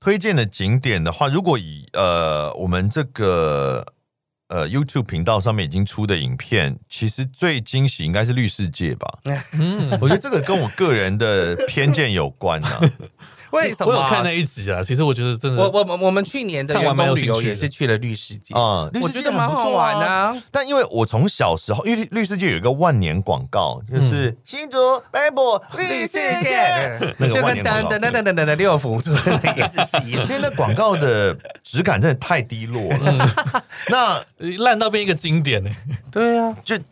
S4: 推荐的景点的话，如果以呃我们这个呃 YouTube 频道上面已经出的影片，其实最惊喜应该是绿世界 吧。
S2: 嗯，
S4: 我觉得这个跟我个人的偏见有关啊，
S3: 为什
S2: 我
S3: 么？
S2: 有看那一集啊，其实我觉得真的，
S3: 我我我我们去年的
S2: 看
S3: 员
S2: 完蛮
S3: 工
S2: 有
S3: 旅游
S2: 兴趣
S3: 也
S2: 的
S3: 是去了绿世界，
S4: 啊、绿
S3: 我
S4: 世
S3: 觉
S4: 界
S3: 得
S4: 很
S3: 蛮
S4: 不
S3: 好
S4: 错
S3: 玩
S4: 啊
S3: 的、啊。
S4: 但因为我从小时候，因为绿世界有一个万年广告，就是、新竹 Bible 绿世哦界，那个
S3: 就
S4: 万
S3: 跟噔
S4: 年广
S3: 噔
S4: 告
S3: 噔噔噔噔噔六福村的意思是一样
S4: 因为那广告的质感真的太低落了。 那
S2: 烂到变一个经典欸呢、
S3: 对啊，
S4: 就，
S3: 对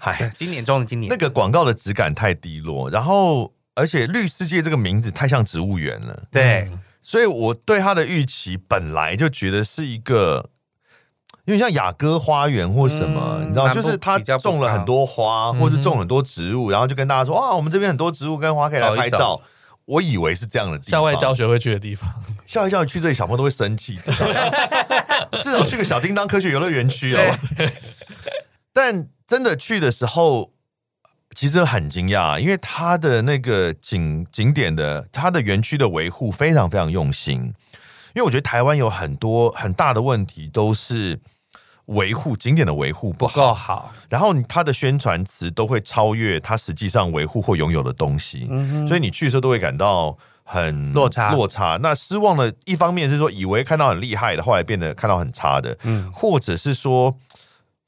S4: 唉，
S3: 今年中的今年
S4: 那，个广告的质感太低落，然后而且绿世界这个名字太像植物园了，
S2: 嗯
S3: 对，
S4: 所以我对它的预期本来就觉得是一个。因为像雅歌花园或什么，
S3: 嗯
S4: 你知道，
S3: 蛮
S4: 就
S3: 不
S4: 是它
S3: 比较不
S4: 种了
S3: 高
S4: 很多花，或是
S2: 嗯哼
S4: 种很多植物，然后就跟大家说，哇，我们这边很多植物跟花可以来
S3: 找一
S4: 拍
S3: 找
S4: 照。我以为是这样的地方，
S2: 校外教学会去的地方，
S4: 笑一笑去这里，小朋友都会生气，至少至少去个小叮当科学游乐园区哦。但真的去的时候，其实很惊讶，因为它的那个景景点的它的园区的维护非常非常用心，因为我觉得台湾有很多很大的问题都是维护景点的维护
S3: 不
S4: 不好，
S3: 够好，
S4: 然后它的宣传词都会超越它实际上维护或拥有的东西。
S3: 嗯
S4: 所
S3: 哼，
S4: 以你去的时候都会感到很
S3: 落差
S4: 落差。那失望的一方面是说，以为看到很厉害的，后来变得看到很差的，
S3: 嗯，
S4: 或者是说。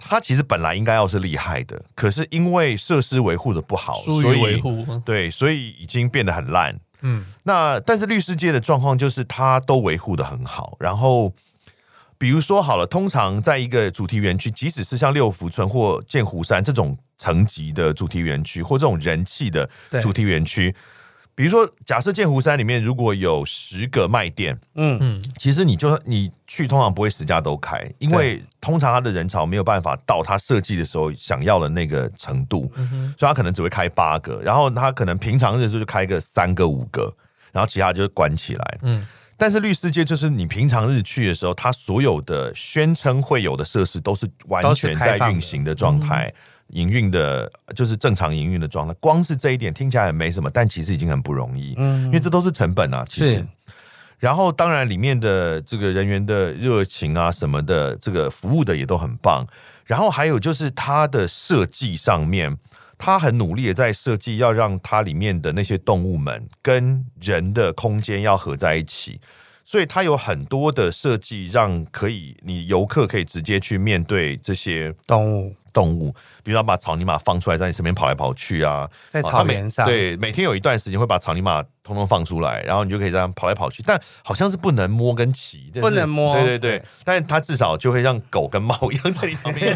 S4: 他其实本来应该要是厉害的，可是因为设施维护的不好，
S2: 疏
S4: 所以
S2: 于维护，
S4: 对，所以已经变得很烂。
S2: 嗯，
S4: 那但是绿世界的状况就是它都维护的很好，然后比如说好了，通常在一个主题园区，即使是像六福村或剑湖山这种层级的主题园区，或这种人气的
S3: 对
S4: 主题园区，比如说假设剑湖山里面如果有十个卖店，
S3: 嗯，
S2: 嗯，
S4: 其实你就你去通常不会十家都开，因为通常它的人潮没有办法到它设计的时候想要的那个程度，
S3: 嗯
S2: 哼
S4: 所以它可能只会开八个，然后它可能平常日的时候就开个三个五个，然后其他就关起来。
S2: 嗯，
S4: 但是绿世界就是你平常日去的时候，它所有的宣称会有的设施都是完
S3: 都是
S4: 全
S3: 开
S4: 在
S3: 放的
S4: 运行的状态。营运的，就是正常营运的状态。光是这一点听起来没什么，但其实已经很不容易，
S3: 嗯
S4: 因为这都是成本啊。其实
S3: 是，
S4: 然后当然里面的这个人员的热情啊什么的，这个服务的也都很棒。然后还有就是它的设计上面，它很努力的在设计，要让它里面的那些动物们跟人的空间要合在一起。所以它有很多的设计，让可以你游客可以直接去面对这些
S3: 动物
S4: 动物，比如要把草泥马放出来，在你身边跑来跑去啊，
S3: 在
S4: 啊
S3: 草原上，
S4: 他每，对，每天有一段时间会把草泥马通通放出来，然后你就可以这样跑来跑去，但好像是不能摸跟骑，但是
S3: 不能摸
S4: 对对对，但是它至少就会让狗跟猫一样在你旁 边一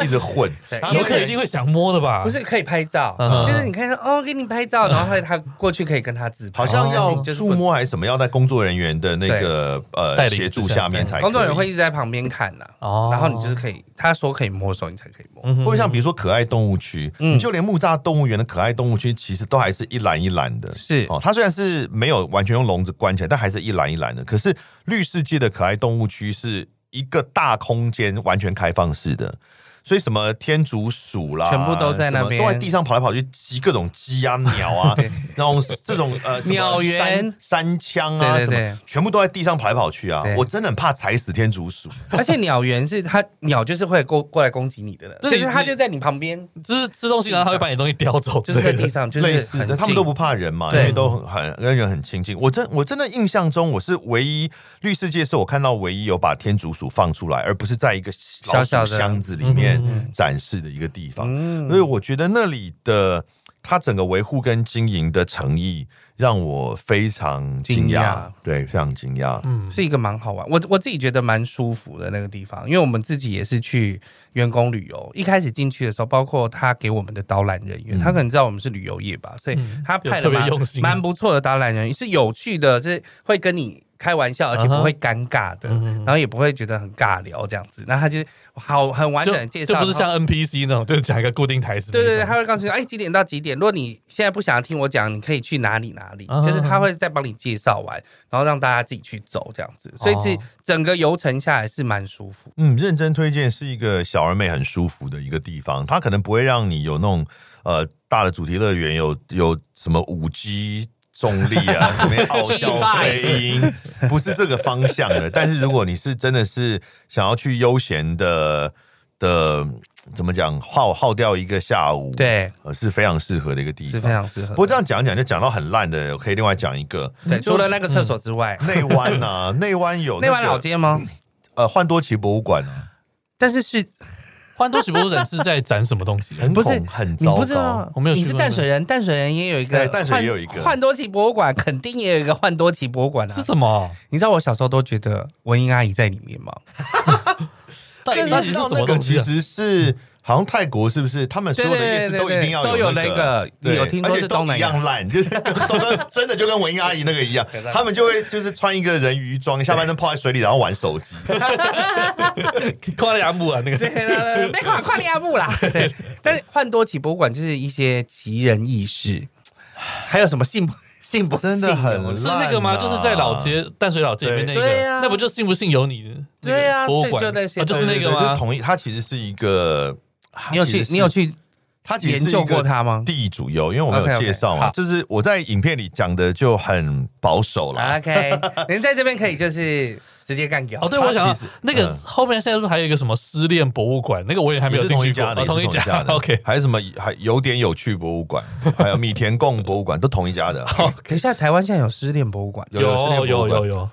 S4: 直一直混，
S3: 对
S4: 它
S3: 因
S2: 游
S3: 为
S2: 客一定会想摸的吧？
S3: 不，是可以拍照，
S2: 嗯
S3: 就是你看说哦，给你拍照，然后他过去可以跟他自拍，
S4: 好像要
S3: 但是哦就是
S4: 触
S3: 不能
S4: 摸还是什么，要在工作人员的那个
S2: 带
S4: 呃
S2: 领
S4: 协助
S2: 之下
S4: 下面
S2: 对
S4: 才可以。
S3: 工作人员会一直在旁边看呐、啊
S2: 哦
S3: 然后你就是可以，他说可以摸的时候，你才可以摸。
S2: 嗯哼
S4: 或者像比如说可爱动物区，
S3: 嗯
S4: 你就连木栅动物园的可爱动物区，其实都还是一栏一栏的。
S3: 是
S4: 哦，它虽然是没有完全用笼子关起来，但还是一栏一栏的。可是绿世界的可爱动物区是一个大空间，完全开放式的。所以什么天竺鼠啦，
S3: 全部都在那
S4: 什么
S3: 边
S4: 都在地上跑来跑去，骑各种鸡啊、鸟 啊，那种这种呃，什么
S3: 鸟园
S4: 山山枪啊，
S3: 对对
S4: 什
S3: 对
S4: 么，全部都在地上跑来跑去啊
S3: 对！
S4: 我真的很怕踩死天竺鼠。
S3: 而且鸟园是它鸟就是会过过来攻击你的了，
S2: 就
S3: 就是是它就在你旁边，
S2: 就是吃东西，然后他会把你东西叼走之
S3: 就是在
S2: 类的，
S3: 地上，就
S4: 类
S3: 是
S4: 似
S3: 很
S4: 的，他们
S3: 近
S4: 都不怕人嘛，因
S3: 对
S4: 为都很跟人很亲近。我真我真的印象中，我是唯一绿世界是我看到唯一有把天竺鼠放出来，而不是在一个
S3: 小
S4: 老鼠
S3: 小的
S4: 箱子里面
S2: 嗯嗯
S4: 展示的一个地方。
S3: 嗯
S4: 所以我觉得那里的他整个维护跟经营的诚意让我非常惊
S3: 惊
S4: 讶
S3: 讶，
S4: 对，非常惊讶。
S2: 嗯，
S3: 是一个蛮好玩，我我自己觉得蛮舒服的那个地方，因为我们自己也是去员工旅游，一开始进去的时候，包括他给我们的导览人员，
S4: 嗯
S3: 他可能知道我们是旅游业吧，所以
S2: 嗯
S3: 他派
S2: 有
S3: 了
S2: 特别
S3: 蛮
S2: 用心
S3: 蛮不错的导览人员，是有趣的，是会跟你开玩笑，而且
S2: 嗯哼
S3: 不会尴尬的，
S2: 嗯嗯嗯
S3: 然后也不会觉得很尬聊这样子，那他就好很完整的介
S2: 就就
S3: 绍，
S2: 不是
S3: 然后。
S2: 像 NPC 那种，就是讲一个固定台词那
S3: 对
S2: 种。
S3: 对对，他会告诉你，哎，几点到几点？如果你现在不想听我讲，你可以去哪里哪里，
S2: 嗯
S3: 就是他会再帮你介绍完，然后让大家自己去走这样子，所以这
S2: 哦
S3: 整个游程下来是蛮舒服。
S4: 嗯，认真推荐是一个小而美很舒服的一个地方，它可能不会让你有那种呃大的主题乐园有有什么五 G 重力 啊，什么好笑飞鹰，不是这个方向的。但是如果你是真的是想要去悠闲的的怎么讲耗耗掉一个下午，，
S3: 对，
S4: 呃是非常适合的一个地
S3: 是
S4: 方。
S3: 非常适合的。
S4: 不过这样讲一讲就讲到很烂的，我可以另外讲一个
S3: 对，除了那个厕所之外，
S4: 内湾啊，内湾有
S3: 内
S4: 那
S3: 湾
S4: 个
S3: 老街吗？
S4: 呃幻多奇博物馆啊，
S3: 但是是
S2: 欢多喜博物展是在展什么 东西？
S4: 很
S3: 不是
S4: 恐很
S3: 你
S4: 糟
S3: 不知
S4: 糕
S3: 道。，
S2: 我没有去
S3: 你
S2: 过
S3: 是淡水人，淡水人也有一个
S4: 对
S3: 幻，
S4: 淡水也有一个
S3: 幻多奇博物馆，肯定也有一个幻多奇博物馆
S2: 是
S3: 啊。
S2: 什么？
S3: 你知道我小时候都觉得文英阿姨在里面吗？
S2: 到底
S4: 对
S2: 到底是
S4: 到
S2: 什么
S4: 那个
S2: 东西
S4: 其
S2: 啊？
S4: 实是好像泰国是不是？他们所有的夜市都一定要
S3: 对对对对对都有
S4: 那
S3: 那个
S4: 对
S3: 有听说
S4: 而且
S3: 是
S4: 都
S3: 东南
S4: 一
S3: 亚
S4: 样烂， 就是都跟真的就跟文英阿姨那 个一样，他们就会就是穿一个人鱼装，下半身泡在水里，然后玩手机。
S2: 夸了雅木啊，那 个
S3: 对对对对，别垮跨利亚布 啦。对，但是幻多奇博物馆就是一些奇人异事，还有什么信 不信不信
S4: 真的很
S3: 有
S2: 是那个吗？
S4: 烂啊
S2: 就是在老街淡水老街里面那
S3: 对对
S2: 个
S3: 啊，
S2: 那不就信不信由你的那个
S3: 对啊
S2: 博物馆
S3: 对就那些
S2: 哦就是那
S4: 对对
S2: 个
S4: 对就
S2: 吗？
S4: 同意，它其实是一个，它
S3: 你有
S4: 其
S3: 去
S4: 实是
S3: 你有去
S4: 它其实
S3: 研
S4: 是一
S3: 究过
S4: 个
S3: 它吗？
S4: 地主游，因为我们有
S3: OK，OK，
S4: 介绍嘛，
S3: 好
S4: 就是我在影片里讲的就很保守
S3: 啊
S4: 啦，
S3: OK，您在这边可以就是直接干掉
S2: 哦，。对，
S4: 它
S2: 我想
S4: 其
S2: 到
S4: 实
S2: 那个
S4: 嗯
S2: 后面现在是不是还有一个什么失恋博物馆？那个我也还没有
S4: 也是
S2: 进
S4: 同
S2: 去
S4: 一
S2: 过
S4: 家
S2: 哦
S4: 的，也是
S2: 同一
S4: 家
S2: 家。
S4: 的
S2: OK，
S4: 还有什么还有点有趣博物馆，还有米田共博物馆，都同一 家的。
S3: 可是现在台湾现在有失恋博物馆，
S4: 有有室内
S2: 哦有
S4: 博
S2: 有
S4: 物馆
S2: 有有，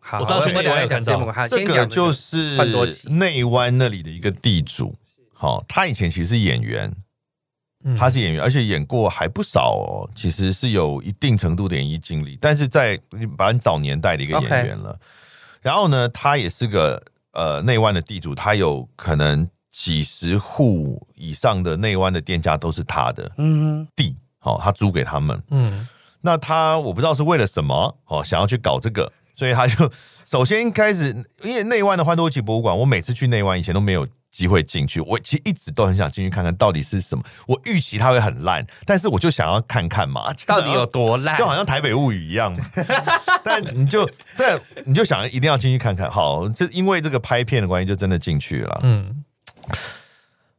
S3: 好
S2: 我上次
S3: 们
S2: 那个
S3: 等
S2: 我
S3: 一
S2: 有
S3: 下讲
S2: 看
S3: 这
S2: 到
S3: 个，好，
S4: 这
S3: 啊先
S4: 个
S3: 讲
S4: 就
S3: 这
S4: 是
S3: 换多奇
S4: 内湾那里的一个地主，好、他以前其实是演员，
S2: 嗯
S4: 他是演员，而且演过还不少哦，其实是有一定程度的演艺经历，但是在蛮早年代的一个演
S3: OK
S4: 员了。然后呢，他也是个呃内湾的地主，他有可能几十户以上的内湾的店家都是他的
S3: 嗯，
S4: 地，好、他租给他们。
S2: 嗯，
S4: 那他我不知道是为了什么哦，想要去搞这个，所以他就首先开始，因为内湾的欢多奇博物馆，我每次去内湾以前都没有机会进去，我其实一直都很想进去看看到底是什么。我预期它会很烂，但是我就想要看看嘛，就
S3: 到
S4: 想要
S3: 底有多烂？
S4: 就好像台北物语一样 嘛。 但你就但你就想一定要进去看看，好，这因为这个拍片的关系，就真的进去了。
S2: 嗯，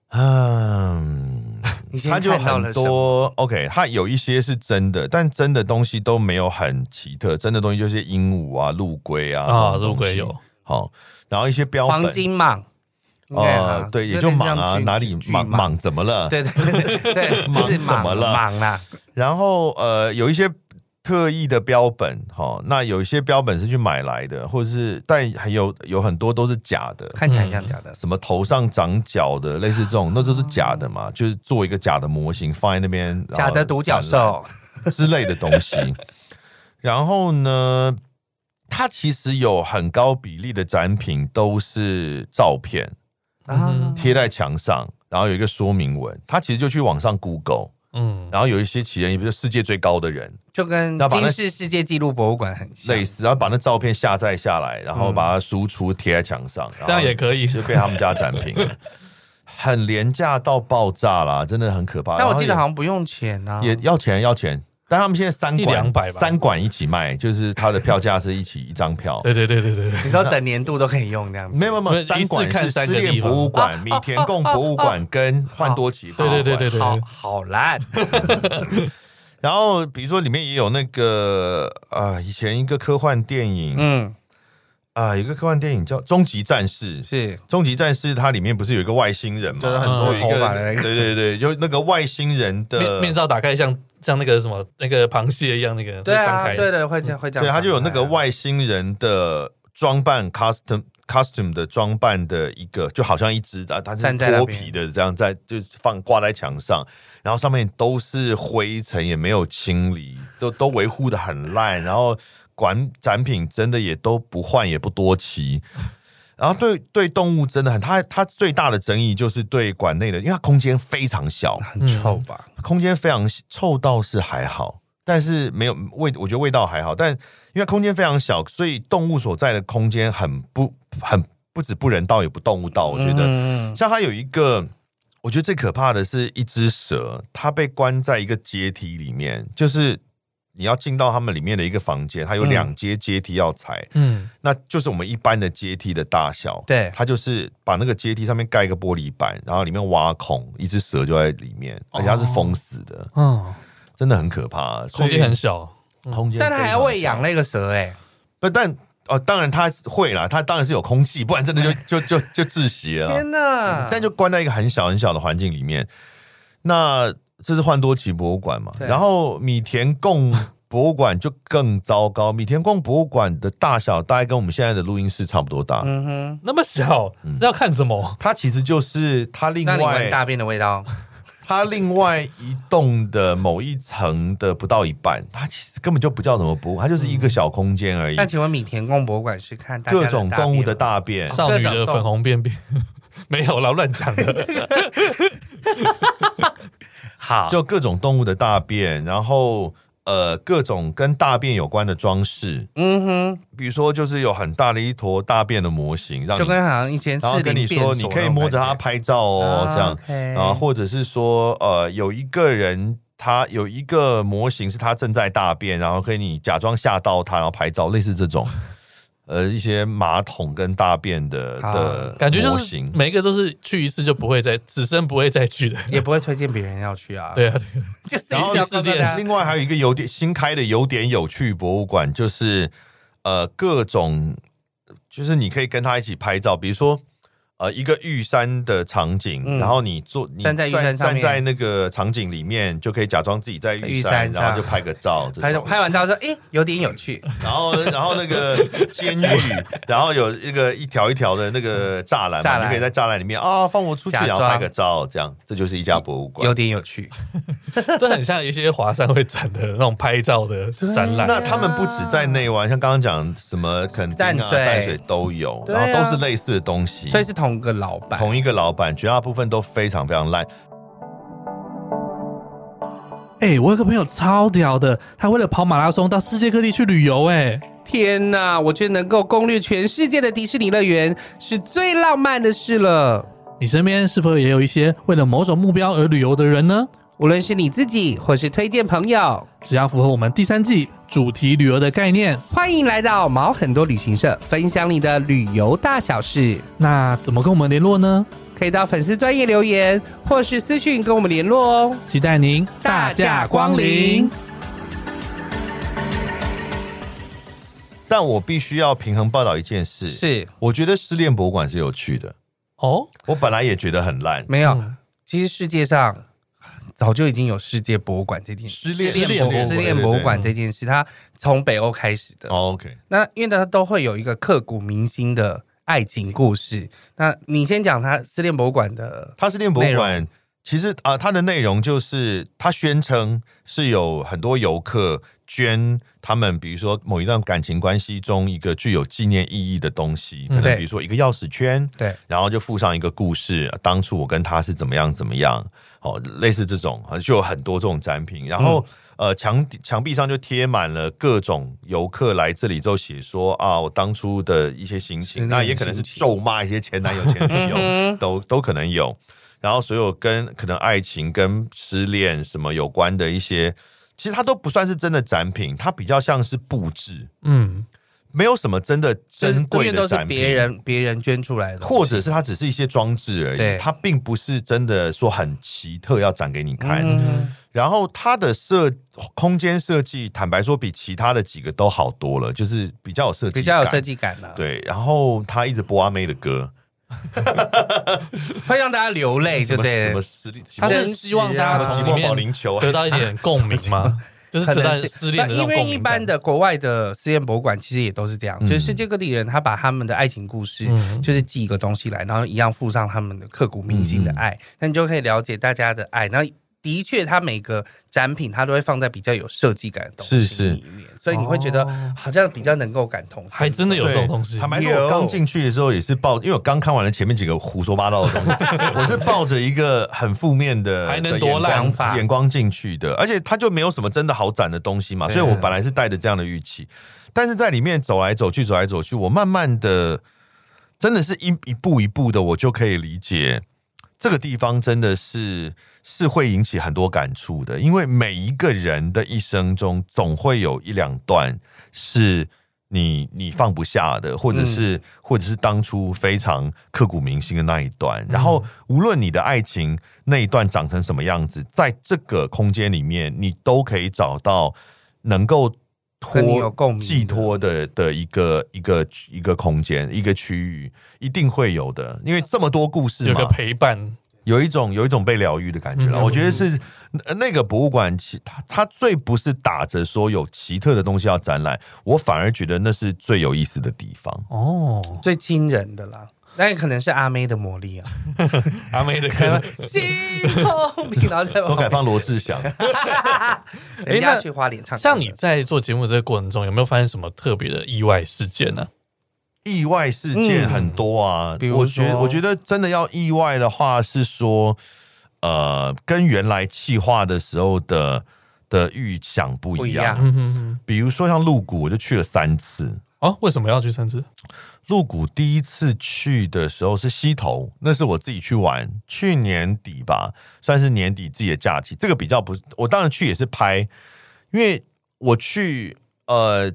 S4: 嗯，
S3: 你先
S4: 它就
S3: 看到
S4: 很
S3: 了什么？
S4: 多 OK，它有一些是真的，但真的东西都没有很奇特，真的东西就是鹦鹉啊、陆龟啊
S2: 啊，
S4: 这种东
S2: 陆
S4: 西
S2: 龟有，
S4: 好，然后一些标本
S3: 黄金蟒，应该
S4: 呃
S3: 啊，
S4: 对，也就
S3: 类似
S4: 蟒
S3: 像
S4: 啊，
S3: 巨
S4: 哪里
S3: 巨
S4: 蟒蟒怎么了？
S3: 对对对 对，就是
S4: 啊忙怎么了
S3: 忙啊啦，
S4: 然后呃，有一些特意的标本，哈，那有一些标本是去买来的，或者是但还有有很多都是假的，
S3: 看起来很像假的。
S4: 什么头上长角的，类似这种，那都是假的嘛，就是做一个假的模型放在那边，然后
S3: 假的独角
S4: 展览
S3: 兽，
S4: 之类的东西。 然后呢，它其实有很高比例的展品都是照片
S2: 嗯
S3: 啊，
S4: 贴在墙上，然后有一个说明文。他其实就去网上 Google，
S2: 嗯，
S4: 然后有一些奇人，也不是世界最高的人
S3: 就跟
S4: 那把那
S3: 金氏世界纪录博物馆很像
S4: 类。似，然后把那照片下载下来，然后把它输出贴在墙上，
S3: 嗯
S2: 这样也可以。
S4: 就被他们家展 品了。很廉价到爆炸啦，真的很可怕。
S3: 但我
S4: 然后
S3: 记得
S4: 也
S3: 好像不用钱啊，
S4: 也要钱要钱，但他们现在三
S2: 一
S4: 馆
S2: 两百吧
S4: 三馆一起卖，就是它的票价是一起一张票。
S2: 对对对对对对，
S3: 你说整年度都可以用这样子。
S4: 没有没有没有，
S2: 一次
S4: 三馆
S2: 看
S4: 是失
S2: 三个地
S4: 恋
S2: 方
S4: 博物馆、
S3: 哦
S4: 米田共博物馆跟幻多奇博物馆。
S2: 对对对对对
S3: 好好 烂，
S4: 然后比如说里面也有那个啊、以前一个科幻电影啊、
S3: 嗯，
S4: 有一个科幻电影叫《终极战士》。
S3: 是
S4: 终极战士它里面不是有一个外星人嘛？
S3: 就是很多
S4: 有一个
S3: 头发的那个
S4: 对对对，就那个外星人的
S2: 嗯面面罩打开像像那个什么那个螃蟹一样，那个
S3: 对
S2: 会张
S3: 啊，
S2: 开
S3: 对的，会这样会这样，啊
S4: 所以他就有那个，外星人的装扮 custom custom 的装扮的一个，就好像一只啊，它是
S3: 站在那
S4: 脱
S3: 边
S4: 皮的，这样在就放挂在墙上，然后上面都是灰尘，也没有清理，都都维护的很烂，然后管展品真的也都不换，也不多期。然后对对动物真的很，它它最大的争议就是对馆内的，因为它空间非常小，
S3: 很臭吧？
S4: 空间非常臭，倒是还好，但是没有味，我觉得味道还好，但因为空间非常小，所以动物所在的空间很不很不止不人道，也不动物道。我觉得，
S3: 嗯
S4: 像它有一个，我觉得最可怕的是一只蛇，它被关在一个阶梯里面，就是你要进到他们里面的一个房间，它有
S3: 嗯
S4: 两阶阶梯要踩，
S2: 嗯
S4: 那就是我们一般的阶梯的大小。
S3: 对
S4: 它就是把那个阶梯上面盖一个玻璃板，然后里面挖孔，一只蛇就在里面，
S3: 哦
S4: 而且它是封死的，
S2: 嗯，
S4: 真的很可怕。所
S2: 空
S4: 以
S2: 间很小，
S4: 空间，
S3: 但他还要喂养。那个蛇哎、
S4: 不，但哦，当然它会啦，它当然是有空气，不然真的 就就就就窒息了啦。
S3: 天哪！
S4: 啊嗯但就关在一个很小很小的环境里面。那这是幻多奇博物馆嘛？
S3: 对
S4: 然后米田共博物馆就更糟糕。米田共博物馆的大小大概跟我们现在的录音室差不多大。
S3: 嗯哼，
S2: 那么小，
S4: 嗯
S2: 是要看什么？
S4: 它其实就是它另
S3: 那你闻
S4: 外
S3: 大便的味道，
S4: 它另外一栋的某一层的不到一半，它其实根本就不叫什么博物，它就是一个小空间而已。
S3: 那请问米田共博物馆是看大家
S4: 各
S3: 的
S4: 种动物的
S3: 大
S4: 大便，
S2: 少女
S3: 各
S2: 的
S3: 种动
S2: 粉红便便 没有啦，乱讲
S4: 啊
S2: 的。
S3: 便吗好，
S4: 就各种动物的大便，然后呃各种跟大便有关的装饰，
S3: 嗯
S4: 比如说，就是有很大的一坨大便的模型，让
S3: 哼，就
S4: 你
S3: 跟好像以前
S4: 然后
S3: 士
S4: 跟你
S3: 林变
S4: 说，
S3: 所
S4: 你可以摸着它拍照哦，
S3: 啊
S4: 这样，
S3: 样
S4: 然后或者是说，呃，有一个人他有一个模型是他正在大便，然后可以你假装吓到他，然后拍照，类似这种，呃，一些马桶跟大便的
S3: 啊
S4: 的
S2: 感觉就
S4: 模
S2: 是
S4: 型。
S2: 每一个都是去一次就不会再，此生不会再去的。
S3: 也不会推荐别人要去啊。，
S2: 对啊，
S3: 就是
S4: 然后
S3: 一定要告诉大家
S4: 另外还有一个有点新开的有点有趣博物馆，就是呃各种，就是你可以跟他一起拍照，比如说呃一个玉山的场景，
S3: 嗯
S4: 然后你坐你
S3: 站在玉山上
S4: 站
S3: 面
S4: 在那个场景里面，就可以假装自己在玉
S3: 在玉山上
S4: 然后就拍个照，这
S3: 拍
S4: 种
S3: 拍完照说，哎，有点有趣，
S4: 然后然后那个监狱，然后有一个一条一条的那个栅栏嘛，
S3: 栅栏
S4: 你可以在栅栏里面啊放我出去，
S3: 假
S4: 然后
S3: 装
S4: 拍个照，这样这就是一家博物馆
S3: 有。点有趣。
S4: 嗯
S2: 这很像一些华山会展的那种拍照的
S4: 啊
S2: 展览。
S4: 那他们不止在内湾，像刚刚讲什么垦丁啊、
S3: 淡
S4: 淡
S3: 水
S4: 水都有，
S3: 对
S4: 然
S3: 啊
S4: 后都是类似的东西，
S3: 所以是同个老板，
S4: 同一个老板，绝大部分都非常非常烂。
S2: 哎、我有个朋友超屌的，他为了跑马拉松到世界各地去旅游、哎，
S3: 天哪！我觉得能够攻略全世界的迪士尼乐园是最浪漫的事了。
S2: 你身边是否也有一些为了某种目标而旅游的人呢？
S3: 无论是你自己或是推荐朋友，
S2: 只要符合我们第三季主题旅游的概念，
S3: 欢迎来到毛很多旅行社，分享你的旅游大小事。
S2: 那怎么跟我们联络呢？
S3: 可以到粉丝专业留言，或是私讯跟我们联络哦。
S2: 期待您
S3: 大驾光临。
S4: 但我必须要平衡报道一件事，
S3: 是
S4: 我觉得失恋博物馆是有趣的，
S2: 哦，
S4: 我本来也觉得很烂。
S3: 没有，
S2: 嗯
S3: 其实世界上早就已经有世界博物馆这件事，
S4: 失恋
S2: 失恋博物馆
S3: 失恋博物馆
S2: 对
S3: 这件事，它从北欧开始的。
S4: 哦 OK，
S3: 那因为它都会有一个刻骨铭心的爱情故事。那你先讲它失恋博物馆的，
S4: 它失恋博物馆其实啊、呃它的内容就是呃它宣称是有很多游客捐他们，比如说某一段感情关系中一个具有纪念意义的东西，可
S3: 嗯对
S4: 能比如说一个钥匙圈，
S3: 对，
S4: 然后就附上一个故事，呃当初我跟他是怎么样怎么样，哦，类似这种，啊就有很多这种展品。然后、
S3: 嗯
S4: 呃，墙墙壁上就贴满了各种游客来这里之后写说啊，我当初的一些心
S3: 是那
S4: 情，
S3: 种
S4: 那也可能是
S3: 心情
S4: 咒骂一些前男友前女
S3: 嗯
S4: 友，都都可能有。然后所有跟可能爱情跟失恋什么有关的一些，其实它都不算是真的展品，它比较像是布置，
S2: 嗯，
S4: 没有什么真的珍贵
S3: 因为都
S4: 的
S3: 是
S4: 展品。
S3: 别人别人捐出来的东西，
S4: 或者是它只是一些装置而
S3: 对
S4: 已，它并不是真的说很奇特要展给你看。
S3: 嗯
S4: 然后它的设空间设计，坦白说比其他的几个都好多了，就是比较有设计，
S3: 比较有设。计感啊了、，
S4: 对，然后他一直播阿妹的歌，
S3: 会让大家流泪，
S4: 什
S3: 就
S4: 么
S3: 对
S4: 什么
S3: 了。
S4: 实力，什
S2: 他
S4: 么
S2: 是希望大家
S4: 什么
S2: 从
S4: 寂
S2: 里
S4: 寞
S2: 面
S4: 保龄球 啊，
S2: 得到一点共鸣吗？就是
S3: 可
S2: 整
S3: 能
S2: 段
S3: 是
S2: 失恋的
S3: 因
S2: 那种
S3: 为
S2: 共
S3: 一
S2: 鸣
S3: 般
S2: 感。
S3: 的国外的实验博物馆其实也都是这样，
S4: 嗯
S3: 就是世界各地人他把他们的爱情故事，
S2: 嗯
S3: 就是寄一个东西来，然后一样附上他们的刻骨铭心
S2: 嗯
S3: 的爱，那你就可以了解大家的爱。然后的确，它每个展品它都会放在比较有设计感的东
S4: 是
S3: 西
S4: 是
S3: 里面，所以你会觉得
S2: 哦
S3: 好像比较能够感同身受。
S2: 还真的有这种东西
S4: 对坦白说，我
S3: 有
S4: 刚进去的时候也是抱，因为我刚看完了前面几个胡说八道的东西， 我是抱着一个很负面的
S2: 还能
S4: 的
S2: 多
S4: 眼光
S2: 烂
S3: 法
S4: 眼光进去的，而且它就没有什么真的好展的东西嘛，
S3: 对
S2: 啊
S4: 所以我本来是带着这样的预期，但是在里面走来走去，走来走去，我慢慢的真的是一一步一步的，我就可以理解。这个地方真的是是会引起很多感触的，因为每一个人的一生中，总会有一两段是你你放不下的，
S3: 嗯
S4: 或者是、或者是当初非常刻骨铭心的那一
S3: 嗯
S4: 段。然后，无论你的爱情那一段长成什么样子，在这个空间里面，你都可以找到能够
S3: 跟你有
S4: 托
S3: 共鸣的
S4: 寄托的的一个一个一个空间一个区域，一定会有的，因为这么多故事
S2: 有
S4: 嘛
S2: 个，陪伴，
S4: 有一种有一种被疗愈的感觉了。
S2: 嗯
S4: 我觉得是呃那个博物馆，其它它最不是打着说有奇特的东西要展览，我反而觉得那是最有意思的地方。
S2: 哦，
S3: 最惊人的啦。那也可能是阿妹的魔力 啊，
S2: 阿妹的歌，
S3: 心痛比， 然后再
S4: 都
S3: 往
S4: 改放罗志祥，
S3: 人
S2: 诶
S3: 家
S2: 那
S3: 去花莲唱歌的。
S2: 像你在做节目这个过程中，有没有发生什么特别的意外事件呢、
S4: 意外事件很多啊。
S3: 比如
S4: 我觉
S3: 说
S4: 我觉得真的要意外的话，是说呃，跟原来企划的时候的的预想不一
S3: 不一
S4: 样。
S3: 样
S2: 嗯哼哼，
S4: 比如说像鹿谷，我就去了三次。
S2: 哦，为什么要去三次？
S4: 鹿谷第一次去的时候是西头，那是我自己去玩，去年底吧，算是年底自己的假期。这个比较不是，我当然去也是拍，因为我去呃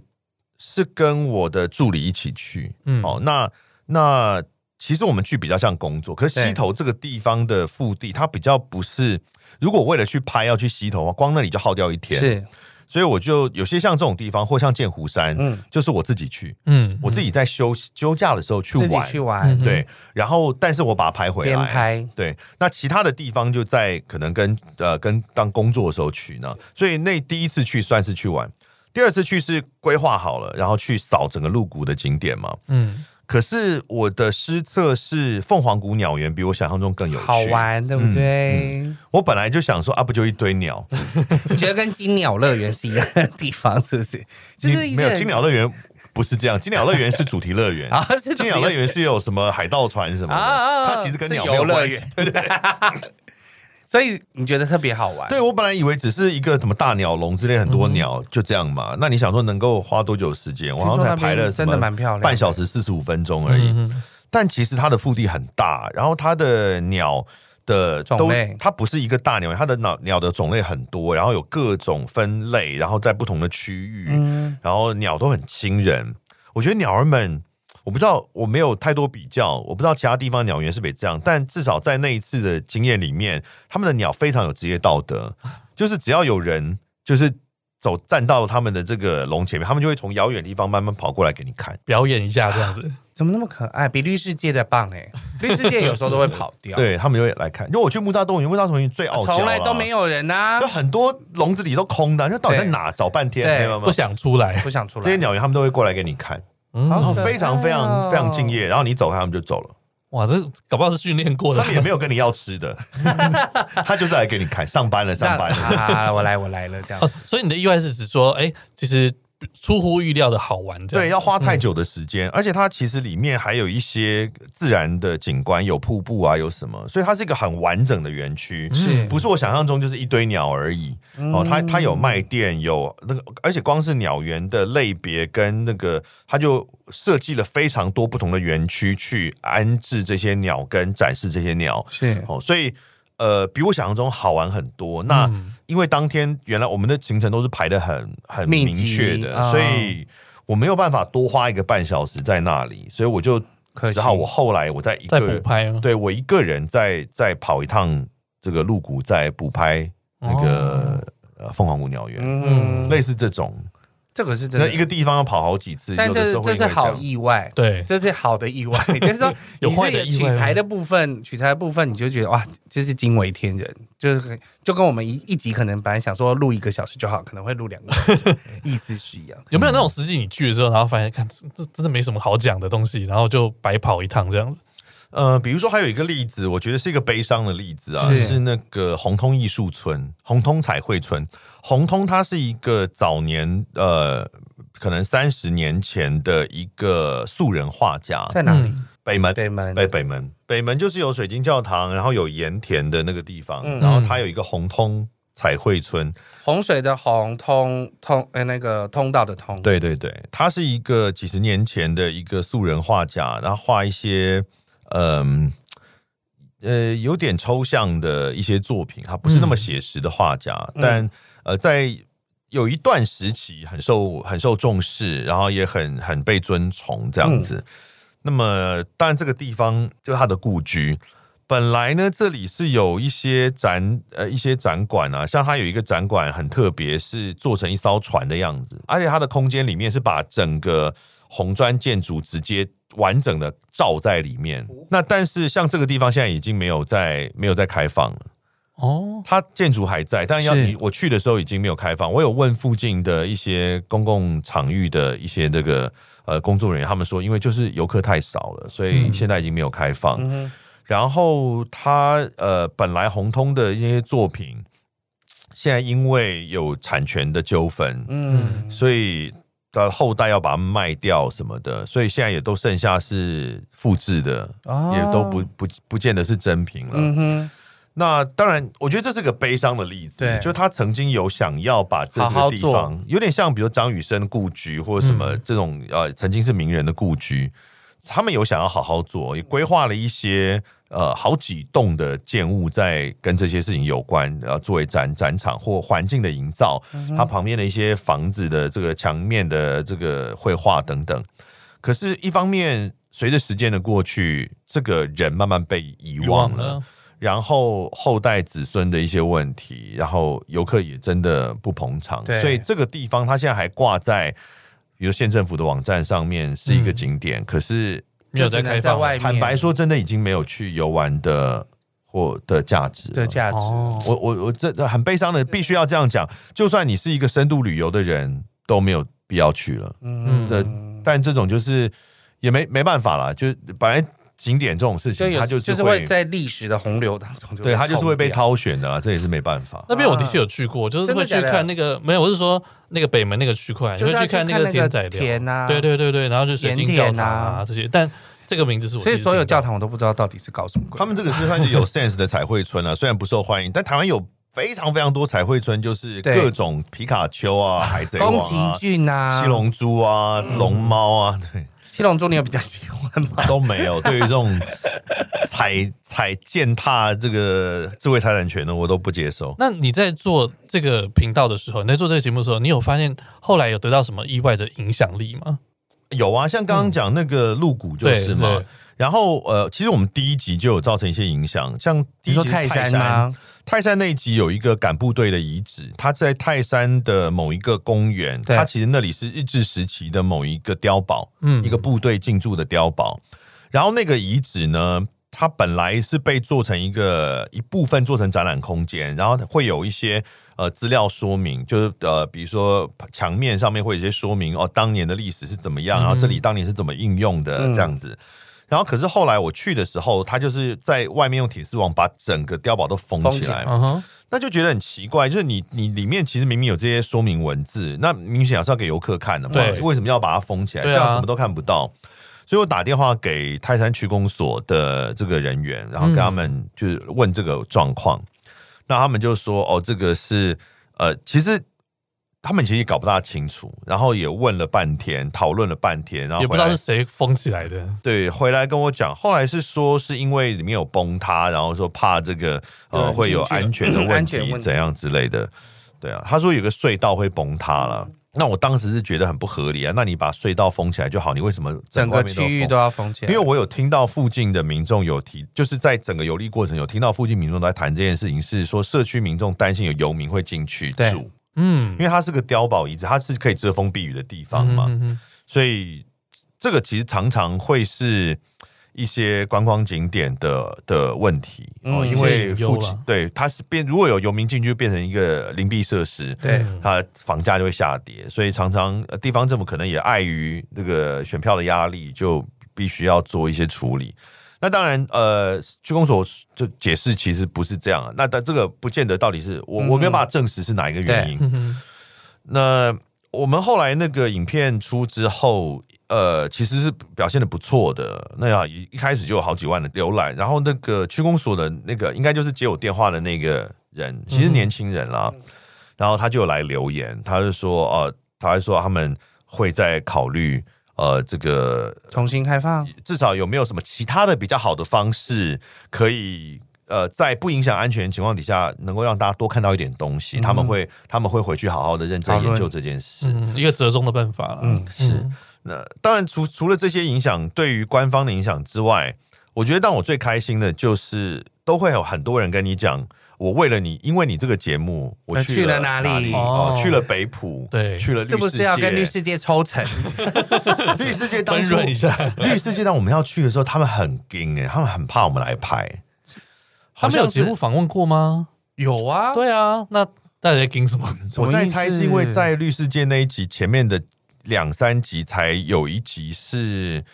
S4: 是跟我的助理一起去，
S2: 嗯
S4: 哦，那那其实我们去比较像工作，可是西
S3: 对
S4: 头这个地方的腹地，它比较不是，如果为了去拍要去西头的话，光那里就耗掉一天，
S3: 是
S4: 所以我就有些像这种地方，或像剑湖山，
S3: 嗯
S4: 就是我自己去。
S2: 嗯，
S4: 我自己在休休假的时候去
S3: 自己
S4: 玩，
S3: 去玩
S2: 嗯
S4: 对，然后但是我把它拍回
S3: 边
S4: 来，
S3: 拍，
S4: 对，那其他的地方就在可能跟呃跟当工作的时候去呢，所以那第一次去算是去玩，第二次去是规划好了，然后去扫整个鹿谷的景点嘛。
S2: 嗯，
S4: 可是我的失策是凤凰谷鸟园比我想象中更有趣，
S3: 好。玩，对不对？
S4: 我本来就想说啊，不就一堆 鸟，
S3: 你觉得跟金鸟乐园是一样的地方，是不是？就是
S4: 你没有金鸟乐园不是这样，金鸟乐园是主题乐园
S3: 啊，是
S4: 金鸟乐园是有什么海盗船什么
S3: 啊啊
S4: 的，
S3: 啊
S4: 它其实跟
S3: 是
S4: 鸟没有
S3: 游乐
S4: 关系
S3: 园。 所以你觉得特别好玩？
S4: 对，我本来以为只是一个什么大鸟笼之类很多鸟、就这样嘛。那你想说能够花多久时间？我
S3: 嗯听
S4: 好
S3: 说
S4: 像才
S3: 那边
S4: 排了什
S3: 真的蛮
S4: 么
S3: 漂亮的，
S4: 半小时四十五分钟而已。
S2: 嗯哼
S4: 但其实它的腹地很大，然后它的鸟的
S3: 种
S4: 都
S3: 类
S4: 它不是一个大鸟，它的鸟鸟的种类很多，然后有各种分类，然后在不同的区域，
S3: 嗯，
S4: 然后鸟都很亲人。我觉得鸟儿们，我不知道我没有太多比较，我不知道其他地方鸟园是不是也这样，但至少在那一次的经验里面，他们的鸟非常有职业道德，就是只要有人就是走站到他们的这个笼前面，他们就会从遥远地方慢慢跑过来给你看。
S2: 表演一下这样子，
S3: 怎么那么可爱？比绿世界的棒 哎、绿世界有时候都会跑掉，，啊
S4: 对他们就会来看，因为我去木栅动物园，木栅动物园最傲娇，啊
S3: 从来都没
S4: 有，
S3: 有人啊
S4: 就，很多笼子里都空的，就到底在哪找半天，
S3: 对
S4: 没有没
S2: 不
S4: 有，
S2: 想出来，
S3: 不想出来。
S4: 这些鸟园他们都会过来给你看，然后
S2: 嗯，
S3: 可爱
S4: 非常非常
S3: 哦
S4: 非常敬业，然后你走开他们就走了。
S2: 哇，这搞不好是训练过的
S4: 他，们也没有跟你要吃的，他就是来给你看，上班了，
S3: 那
S4: 上班了。
S3: 啊，我来，我来了，这样
S2: 哦，所以你的意外是指说，哎、其实出乎预料的好玩，这
S4: 对，
S2: 样
S4: 要花太久的时间，而且它其实里面还有一些自然的景观，有瀑布啊，有什么，所以它是一个很完整的园区，
S3: 是
S4: 不是我想象中就是一堆鸟而已。哦，它它有卖店，有那个，而且光是鸟园的类别跟那个，它就设计了非常多不同的园区去安置这些鸟跟展示这些鸟。
S3: 是
S4: 哦，所以呃，比我想象中好玩很多。那、
S2: 嗯
S4: 因为当天原来我们的行程都是排的很很
S3: 密
S4: 明
S3: 集
S4: 确的，
S3: 啊
S4: 所以我没有办法多花一个半小时在那里，所以我就
S3: 可惜
S4: 只好我后来我再一
S2: 再
S4: 个
S2: 补
S4: 人，
S2: 拍吗？
S4: 对我一个人再再跑一趟这个鹿
S2: 哦
S4: 谷，再补拍那个、呃凤凰谷鸟园，
S3: 哦嗯，
S4: 类似这种。
S3: 这个是真
S4: 那
S3: 的
S4: 一个，地方要跑好几次，
S3: 但
S4: 有的
S3: 这
S4: 时
S3: 是
S4: 候
S3: 这
S4: 会因
S3: 是
S4: 为这
S3: 好
S4: 样
S3: 意外，
S2: 对，
S3: 这是好的意外， 就是说
S2: 有
S3: 你这
S2: 坏的
S3: 个
S2: 意
S3: 取
S2: 外吗
S3: 材的部分，取材的部分你就觉得哇，真是惊为天人，就是很就跟我们一一集可能本来想说录一个小时就好，可能会录两个小时，意思是 一样。
S2: 有没有那种实际你去了之后，然后发现看这这真的没什么好讲的东西，然后就白跑一趟这样子？
S4: 呃，比如说还有一个例子，我觉得是一个悲伤的例子啊，
S3: 是
S4: 是那个红通艺术村、红通彩绘村。红通它是一个早年呃，可能三十年前的一个素人画家，
S3: 在哪里？
S2: 嗯
S4: 北门
S3: 北门
S4: 北北门北门就是有水晶教堂，然后有盐田的那个地方，
S3: 嗯
S4: 然后它有一个红通彩绘村，
S3: 洪水的洪，通通呃那个通道的通，，
S4: 对对对，他是一个几十年前的一个素人画家，然后画一些嗯呃有点抽象的一些作品，他不是那么写实的画家，
S3: 嗯
S4: 但呃在有一段时期很受很受重视，然后也很很被尊崇这样子。那么，当然这个地方就是他的故居。本来呢，这里是有一些展呃一些展馆啊，像它有一个展馆很特别，是做成一艘船的样子，而且它的空间里面是把整个红砖建筑直接完整的罩在里面。那但是像这个地方现在已经没有在没有在开放了。
S2: 哦，
S4: 它建筑还在，但要
S3: 是
S4: 你我去的时候已经没有开放。我有问附近的一些公共场域的一些那个呃工作人员，他们说，因为就是游客太少了，所以现在已经没有开放。
S3: 嗯
S4: 然后他呃本来红通的一些作品，现在因为有产权的纠纷
S3: 哼，嗯，
S4: 所以的后代要把它卖掉什么的，所以现在也都剩下是复制的，
S3: 哦
S4: 也都不不不见得是真品了。
S3: 嗯哼，
S4: 那当然，我觉得这是个悲伤的例子
S3: 对，
S4: 就他曾经有想要把这
S3: 好好
S4: 个地
S3: 做嗯
S4: 方，有点像比如张雨生故居或者什么这种、呃，曾经是名人的故居，他们有想要好好做，也规划了一些呃好几栋的建物在跟这些事情有关，然后作为展展场或环境的营造，
S3: 嗯
S4: 它旁边的一些房子的这个墙面的这个绘画等等。可是，一方面随着时间的过去，这个人慢慢被遗忘了。然后后代子孙的一些问题，然后游客也真的不捧场，
S3: 对
S4: 所以这个地方它现在还挂在比如县政府的网站上面是一个景点，可是
S2: 没有在
S3: 就只能
S2: 开放
S3: 在嗯外面
S4: 坦白说，真的已经没有去游玩的或的价值了
S3: 的价值，
S2: 哦，
S4: 我我我这这很悲伤的，必须要这样讲，就算你是一个深度旅游的人，都没有必要去了。
S3: 嗯
S4: 的但这种就是也没没办法啦，就是本来景点这种事
S3: 就
S4: 情，
S3: 有
S4: 它
S3: 就是是会在历史的洪流当中，
S4: 对，它就是会被
S3: 冲掉，
S4: 挑选的啦，这也是没办法。
S2: 那边我的确有去过，就是会去
S3: 真的假的
S2: 看那个没有，我是说那个北门那个区块，你
S3: 就
S2: 会
S3: 是要
S2: 去看那个
S3: 田
S2: 天仔寮，
S3: 田啊，
S2: 对。对对对，然后就水晶教
S3: 盐
S2: 堂
S3: 田
S2: 啊
S3: 啊
S2: 这些，但这个名字是我
S3: 所以
S2: 第一次
S3: 所有
S2: 听到
S3: 教堂我都不知道到底是搞什么鬼。
S4: 他们这个是算 是有 sense 的彩绘村啊，虽然不受欢迎，但台湾有非常非常多彩绘村，就是
S3: 对
S4: 各种皮卡 丘啊、海贼王
S3: 宫
S4: 啊
S3: 崎、骏啊，嗯
S4: 七龙珠啊、龙猫啊，对，
S3: 七龙珠，你有比较喜欢吗？
S4: 都 没有。对于这种踩踩践踏这个智慧财产权的，我都不接受。
S2: 那你在做这个频道的时候，你在做这个节目的时候，你有发现后来有得到什么意外的影响力吗？
S4: 有啊，像刚刚讲那个露骨就是
S3: 嗯
S4: 嘛。
S2: 对对
S4: 然后呃，其实我们第一集就有造成一些影响，像第
S3: 你
S4: 一
S3: 说
S4: 集
S3: 泰
S4: 山
S3: 山啊吗？
S4: 泰山那一集有一个赶部队的遗址，它在泰山的某一个公园，
S3: 对
S4: 它其实那里是日治时期的某一个碉堡，
S2: 嗯
S4: 一个部队进驻的碉堡。然后那个遗址呢，它本来是被做成一个一部分做成展览空间，然后会有一些呃资料说明，就是呃比如说墙面上面会有一些说明哦，当年的历史是怎么样，然后这里当年是怎么应用的、
S3: 嗯
S4: 这样子。然后可是后来我去的时候，他就是在外面用铁丝网把整个碉堡都封
S3: 封
S4: 起
S3: 起
S4: 来，
S3: 来
S2: 嗯哼，
S4: 那就觉得很奇怪，就是你你里面其实明明有这些说明文字，那明显是要给游客看的嘛
S2: 对，
S4: 为什么要把它封起来？
S2: 对啊
S4: 这样什么都看不到。所以我打电话给泰山区公所的这个人员，然后跟他们就是问这个状况，那他们就说哦，这个是呃，其实。他们其实也搞不大清楚，然后也问了半天，讨论了半天，然后
S2: 也不知
S4: 回
S2: 道
S4: 来
S2: 是谁封起来的。
S4: 对，回来跟我讲，后来是说是因为里面有崩塌，然后说怕这个
S3: 有
S4: 呃
S3: 人
S4: 会有
S3: 进去了
S4: 安全的问
S3: 安全
S4: 题
S3: 问题
S4: 怎样之类的，对啊，他说有个隧道会崩塌了。那我当时是觉得很不合理啊！那你把隧道封起来就好，你为什么
S3: 整
S4: 外
S3: 个
S4: 面都要
S3: 区域
S4: 封
S3: 都要封起
S4: 因
S3: 来，
S4: 为我有听到附近的民众有提，就是在整个游历过程有听到附近民众都在谈这件事情，是说社区民众担心有游民会进去
S3: 对
S4: 住，
S2: 嗯
S4: 因，为它是个碉堡遗址，它是可以遮风避雨的地方嘛，
S2: 嗯，嗯嗯
S4: 所以这个其实常常会是一些观光景点的的问题哦、
S3: 嗯
S4: 因为
S2: 一些隐忧
S4: 附近
S2: 啦
S4: 对它是变，如果有游民进去，就变成一个灵璧设施，
S3: 对
S2: 嗯
S4: 它房价就会下跌，所以常常呃地方政府可能也碍于那个选票的压力，就必须要做一些处理。那当然，呃，区公所就解释其实不是这样啊，那但这个不见得到底是我我没有办法证实是哪一个原因。
S2: 嗯嗯
S4: 那我们后来那个影片出之后，呃，其实是表现的不错的。那呀，一一开始就有好几万的浏览，然后那个区公所的那个应该就是接我电话的那个人，其实年轻人啦，然后他就有来留言，他就说，呃，他还说他们会在考虑，呃，这个
S3: 重新开放，
S4: 至少有没有什么其他的比较好的方式，可以呃，在不影响安全的情况底下，能够让大家多看到一点东
S3: 嗯
S4: 西。他们会他们会回去好好的认真
S3: 讨论
S4: 研究这件事。
S2: 嗯，一个折中的办法啦。
S3: 嗯
S4: 是那当然除除了这些影响对于官方的影响之外，我觉得让我最开心的就是都会有很多人跟你讲。我为了你，因为你这个节目，我
S3: 呃
S4: 去
S3: 去了
S4: 哪
S3: 哪里
S4: 哦
S2: 哦，
S4: 去了北浦，
S2: 对
S4: 去了
S3: 是不是要跟律
S4: 律
S3: 师界抽成？
S4: 律师界当
S2: 分
S4: 初
S2: 润一下，
S4: 绿世界当我们要去的时候，他们很惊哎、他们很怕我们来拍。
S2: 他们有节目
S4: 好
S2: 访问过吗？
S3: 有啊，
S2: 对啊，那大家在盯什么？
S4: 像是，我在猜是因为
S3: 什么意思
S4: 在绿世界那一集前面的两三集才有一集是，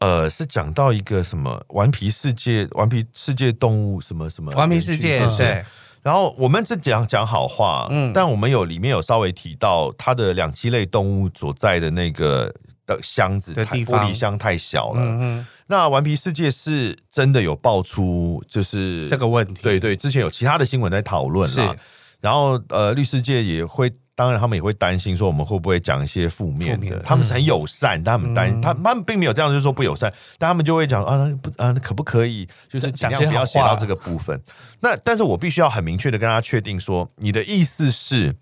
S4: 呃，是讲到一个什么顽皮世界、顽皮世界动物什么什么
S3: 顽皮世界
S4: 园区是不是
S3: 对，
S4: 然后我们是讲讲好话，嗯
S3: 嗯，
S4: 但我们有里面有稍微提到它的两栖类动物所在的那个的箱子
S3: 的
S4: 太
S3: 地
S4: 玻璃
S3: 方
S4: 箱太小了，
S3: 嗯嗯，
S4: 那《顽皮世界》是真的有爆出，就是
S3: 这个问题
S4: 对对，之前有其他的新闻在讨论啦
S3: 是。
S4: 然后呃，律师界也会，当然他们也会担心说我们会不会讲一些负面
S3: 负
S4: 的。
S3: 面的
S4: 他们是很友善，但他们担、
S3: 嗯
S4: 他他们并没有这样就是说不友善，但他们就会讲啊不啊可不可以就是尽
S2: 讲
S4: 量不要
S2: 讲
S4: 写
S2: 些好
S4: 到
S2: 话
S4: 这个部分。那但是我必须要很明确的跟大家确定说，你的意思是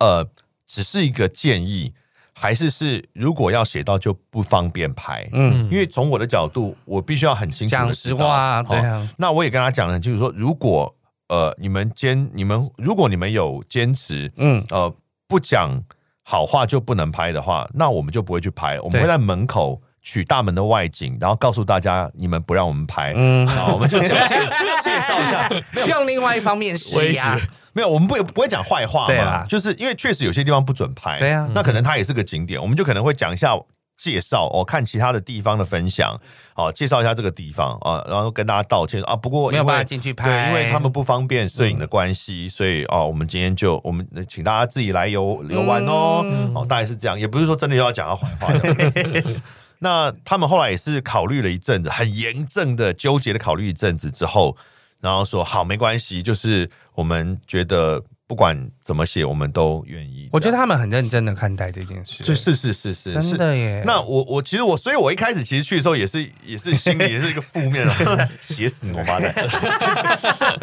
S4: 呃只是一个建议，还是是如果要写到就不方便拍？
S3: 嗯，
S4: 因为从我的角度，我必须要很清楚地
S3: 讲
S4: 知
S3: 实
S4: 道
S3: 话啊，
S4: 哦
S3: 对啊，
S4: 那我也跟他讲了很清楚，说如果呃你们坚你们如果你们有坚持
S3: 嗯，
S4: 呃不讲好话就不能拍的话，那我们就不会去拍，我们
S3: 对
S4: 会在门口取大门的外景，然后告诉大家你们不让我们拍，
S3: 嗯
S4: 好，我们就讲介介绍一下，
S3: 用另外一方面啊施
S4: 威
S3: 压
S4: 胁，没有，我们不不会讲坏话嘛，
S3: 对啦
S4: 就是因为确实有些地方不准拍，
S3: 对啊
S4: 那可能它也是个景点，我们就可能会讲一下介绍哦，看其他的地方的分享，哦，介绍一下这个地方啊，然后跟大家道歉啊，不过
S3: 没有
S4: 因为
S3: 办法进去拍
S4: 对，因为他们不方便摄影的关系，
S3: 嗯
S4: 所以哦，我们今天就我们请大家自己来游游玩哦，
S3: 嗯
S4: 哦，大概是这样，也不是说真的要讲他坏话的。 那他们后来也是考虑了一阵子，很严正的纠结的考虑一阵子之后，然后说好没关系，就是我们觉得不管怎么写，我们都愿意。
S3: 我觉得他们很认真的看待这件事，
S4: 这样是是是是是
S3: 真
S4: 是。
S3: 的耶。
S4: 那我我其实我，所以我一开始其实去的时候也是也是心里也是一个负面的，写死你王八蛋！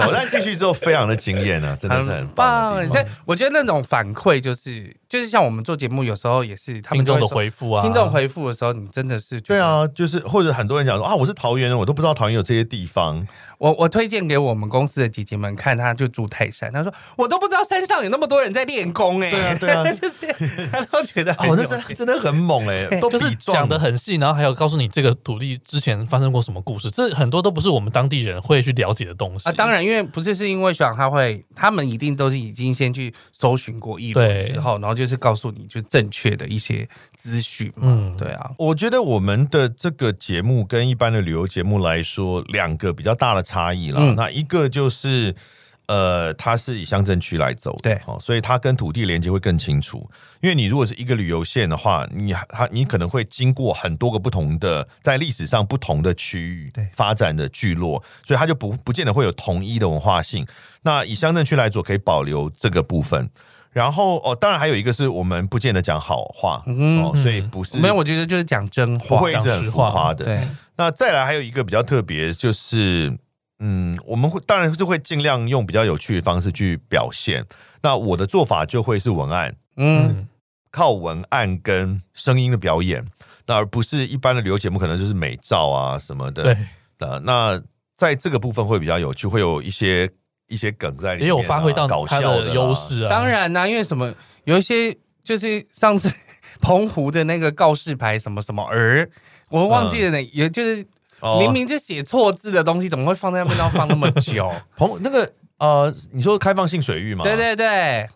S4: 我但进去之后非常的惊艳啊，真的是很棒的地
S3: 所以
S4: 方。
S3: 我觉得那种反馈就是就是像我们做节目，有时候也是他
S2: 听
S3: 们就
S2: 众
S3: 会
S2: 的
S3: 说
S2: 回复啊，
S3: 听众回复的时候，你真的是觉
S4: 对
S3: 得，
S4: 啊，就是或者很多人讲说啊，我是桃园人，我都不知道桃园有这些地方。
S3: 我我推荐给我们公司的姐姐们看，她就住泰山，她说我都不知道山上有那么多人在练功哎、
S4: 对啊对啊
S3: 就是她都觉得很
S4: 哦，那
S3: 哎有
S4: 是真的很猛哎、都
S2: 就
S4: 比
S2: 是
S4: 撞
S2: 讲的很细，然后还有告诉你这个土地之前发生过什么故事，这很多都不是我们当地人会去了解的东西
S3: 啊，当然，因为不是是因为学长他会，他们一定都是已经先去搜寻过议
S2: 对
S3: 论之后，然后就是告诉你就正确的一些资讯嘛，
S2: 嗯
S3: 对啊，
S4: 我觉得我们的这个节目跟一般的旅游节目来说，两个比较大的差异啦。
S3: 嗯
S4: 那一个就是，呃，它是以乡镇区来走的，
S3: 对
S4: 哦，所以它跟土地连接会更清楚。因为你如果是一个旅游线的话，你它你可能会经过很多个不同的，在历史上不同的区域
S3: 对
S4: 发展的聚落，所以它就不不见得会有同一的文化性。那以乡镇区来做，可以保留这个部分。然后哦，当然还有一个是我们不见得讲好话、
S3: 嗯
S4: 哦，所以不是
S3: 没有，我觉得就是讲真
S4: 不
S3: 话，
S4: 会一直很浮夸的。
S3: 对，
S4: 那再来还有一个比较特别，就是嗯，我们会当然就会尽量用比较有趣的方式去表现。那我的做法就会是文案，
S3: 嗯，
S2: 嗯，
S4: 靠文案跟声音的表演，那而不是一般的旅游节目可能就是美照啊什么的。
S2: 对，
S4: 呃，那在这个部分会比较有趣，会有一些一些梗在里面、啊，
S2: 也有发挥到
S4: 搞
S2: 它
S4: 笑啦
S2: 优。势啊。
S3: 当，然啦、因为什么，有一些就是上次澎湖的那个告示牌什么什么儿，我忘记了呢，也就是
S4: 哦
S3: 明明就写错字的东西，怎么会放在那边要放那么 久？
S4: 澎那个呃，你说开放性水域嘛？
S3: 对，对对，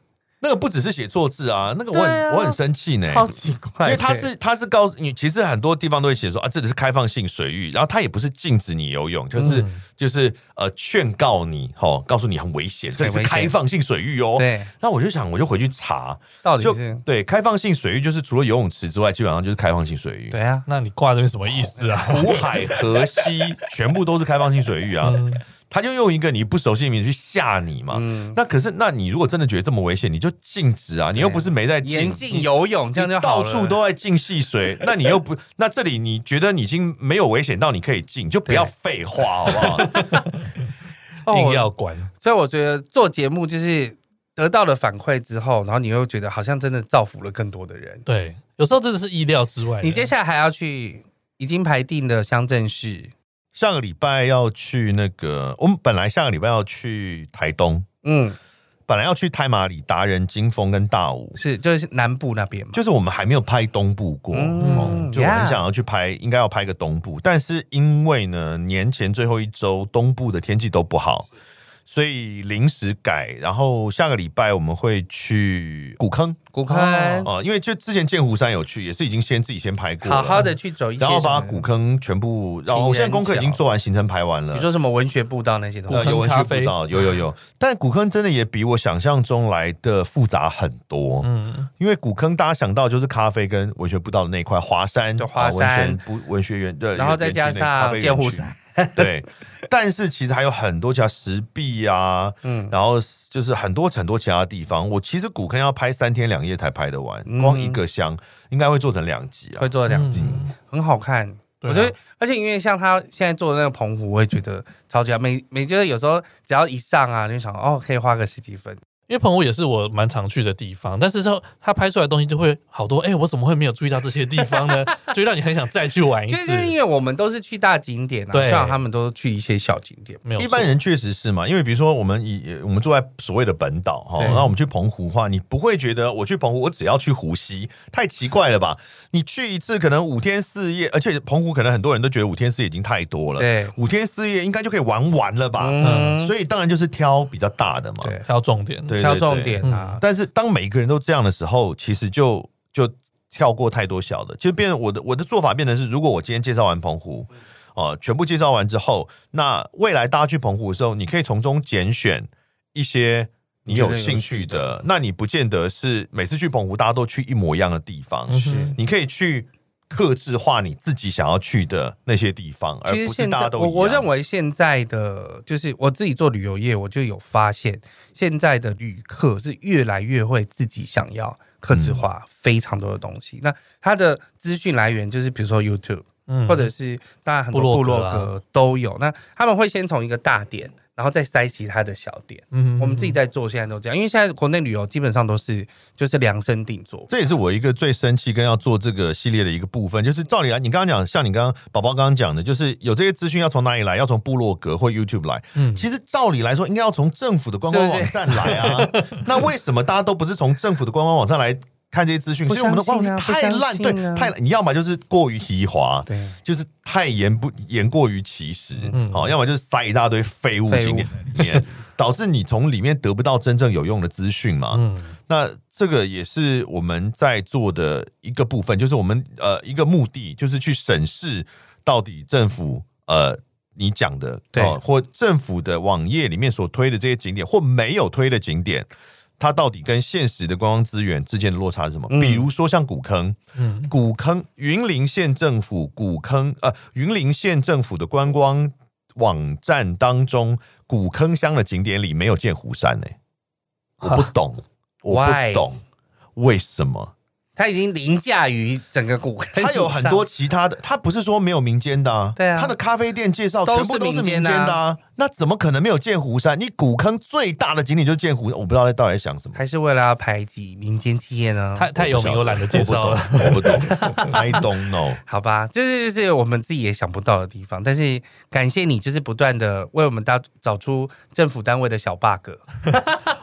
S4: 那个不只是写错字啊，那个我很、
S3: 对啊
S4: 我很生气呢，
S3: 超奇怪的，
S4: 因为它是它是告诉你，其实很多地方都会写说啊，这里是开放性水域，然后它也不是禁止你游泳，就是、
S2: 嗯
S4: 就是呃劝告你，哦，告诉你很危险，这里是
S3: 危险
S4: 开放性水域哦。
S3: 对，
S4: 那我就想，我就回去查，
S3: 到底
S4: 就是对开放性水域就是除了游泳池之外，基本上就是开放性水域。
S3: 对啊，
S2: 那你挂这边什么意 思啊？
S4: 湖海、河西全部都是开放性水域
S3: 哦
S4: 啊，
S2: 嗯
S4: 他就用一个你不熟悉的名字去吓你嘛。
S3: 嗯，
S4: 那可是，那你如果真的觉得这么危险，你就禁止啊！你又不是没在禁
S3: 严禁游泳，这样就好
S4: 到
S3: 了
S4: 处都在进戏 水，那你又不，那这里你觉得你已经没有危险到你可以进，就不要废话，好不好？
S3: 哦
S2: 硬要管，
S3: 所以我觉得做节目就是得到了反馈之后，然后你又觉得好像真的造福了更多的人。
S2: 对，有时候真的是意料之外的。
S3: 你接下来还要去已经排定的乡镇市，
S4: 上个礼拜要去那个，我们本来下个礼拜要去台东，
S3: 嗯，
S4: 本来要去太马里达人、金峰跟大武，
S3: 是就是南部那边嘛，
S4: 就是我们还没有拍东部过，
S3: 嗯
S4: 哦就我很
S3: yeah
S4: 想要去拍，应该要拍个东部，但是因为呢，年前最后一周东部的天气都不好，所以临时改。然后下个礼拜我们会去古坑
S3: 古坑，
S4: 哦、因为就之前剑湖山有去，也是已经先自己先拍过
S3: 嗯
S4: 了
S3: 好好的。去走一些什
S4: 然
S3: 么，
S4: 后把古坑全部，然后我现在功课已经做完，行程排完了。
S3: 比如说什么文学步道那些东
S2: 古
S4: 呃
S3: 西，
S2: 坑
S4: 有文
S2: 咖
S4: 学
S2: 啡
S4: 步道，有有有，但古坑真的也比我想象中来的复杂很多。
S2: 嗯，
S4: 因为古坑大家想到就是咖啡跟文学步道的那一块华山，
S3: 对华山
S4: 啊文学不文学园，对，
S3: 然后再加上
S4: 剑
S3: 剑湖山，
S4: 对。但是其实还有很多其他石壁啊，
S3: 嗯，
S4: 然后就是很多很多其他地方。我其实古坑要拍三天两夜才拍得完，
S3: 嗯
S4: 光一个箱应该会做成两集啊
S3: 会。做两集，
S2: 嗯
S3: 很好看。我
S2: 对啊
S3: 觉得，而且因为像他现在做的那个澎湖，我也觉得超级好。每每就是有时候只要一上啊，就想哦，可以花个十几分。
S2: 因为澎湖也是我蛮常去的地方，但是之后他拍出来的东西就会好多，哎、我怎么会没有注意到这些地方 呢？就会让你很想再去玩一
S3: 就
S2: 次。
S3: 是因为我们都是去大景点啊，
S2: 对
S3: 像他们都去一些小景点。
S2: 没有
S4: 一般
S2: 错
S4: 人确实是嘛，因为比如说我们以呃我们住在所谓的本岛哈，
S3: 对
S4: 那我们去澎湖的话，你不会觉得我去澎湖，我只要去湖西，太奇怪了吧？你去一次可能五天四夜，而且澎湖可能很多人都觉得五天四夜已经太多了，
S3: 对，
S4: 五天四夜应该就可以玩完了吧？
S3: 嗯，
S4: 所以当然就是挑比较大的嘛，
S3: 对，
S2: 挑重点，
S4: 对
S3: 挑重点啊，
S4: 但是当每一个人都这样的时候，其实就就跳过太多小的，就变成我的我的做法变成是，如果我今天介绍完澎湖，哦、全部介绍完之后，那未来大家去澎湖的时候，你可以从中拣选一些。你有兴趣
S3: 你觉得有
S4: 的，那你不见得是每次去澎湖大家都去一模一样的地方，
S2: 嗯
S3: 是
S2: 哼
S4: 你可以去克制化你自己想要去的那些地方，而
S3: 其实
S4: 不是
S3: 现
S4: 大家
S3: 在
S4: 都一
S3: 我
S4: 样。
S3: 我认为现在的就是我自己做旅游业，我就有发现现在的旅客是越来越会自己想要客
S4: 嗯
S3: 制化非常多的东西。那它的资讯来源就是比如说 YouTube，、
S2: 嗯
S3: 或者是当然很多部
S2: 部落
S3: 落
S2: 格啊
S3: 格都有。那他们会先从一个大点，然后再塞其他的小点。
S2: 嗯
S3: 我们自己在做，现在都这样，因为现在国内旅游基本上都是就是量身定做，
S4: 这也是我一个最生气跟要做这个系列的一个部分，就是照理来，你刚刚讲，像你刚刚宝宝刚刚讲的，就是有这些资讯要从哪里来，要从部落格或 YouTube 来。
S2: 嗯
S4: 其实照理来说，应该要从政府的官方
S3: 是不是
S4: 网站来啊。那为什么大家都不是从政府的官方网站来看这些资讯？
S3: 不
S4: 所以我们的官
S3: 相
S4: 网
S3: 信啊
S4: 站太烂，
S3: 不
S4: 对
S3: 相信，啊
S4: 太烂。你要么就是过于提滑，
S3: 对，
S4: 就是太言不言过于其实，好、
S2: 嗯
S4: 要么就是塞一大堆废物
S3: 废物
S4: 经典在里 面，导致你从里面得不到真正有用的资讯嘛。
S2: 嗯
S4: 那这个也是我们在做的一个部分，就是我们呃一个目的，就是去审视到底政府呃你讲的
S3: 对
S4: 哦或政府的网页里面所推的这些景点或没有推的景点，它到底跟现实的观光资源之间的落差是什么？
S3: 嗯
S4: 比如说像古坑，
S2: 嗯
S4: 古坑云林县政府古坑呃云林县政府的观光网站当中，古坑乡的景点里没有剑湖山呢、我不懂，我不
S3: Why？
S4: 懂为什么。
S3: 它已经凌驾于整个古坑以上，
S4: 它有很多其他的，它不是说没有民间的啊，
S3: 对啊
S4: 它的咖啡店介绍
S3: 都
S4: 全
S3: 是
S4: 部都是民
S3: 民间
S4: 间
S3: 的啊
S4: 的啊，那怎么可能没有剑湖山？你古坑最大的景点就是剑湖，我不知道他到底在想什么。
S3: 还是为了要排挤民间企业呢？
S2: 太太有名，我懒得介
S4: 我不
S2: 绍
S4: 懂
S2: 了。，
S4: 我不懂，I don't know。
S3: 好吧，这是就是我们自己也想不到的地方，但是感谢你，就是不断的为我们大找出政府单位的小 bug。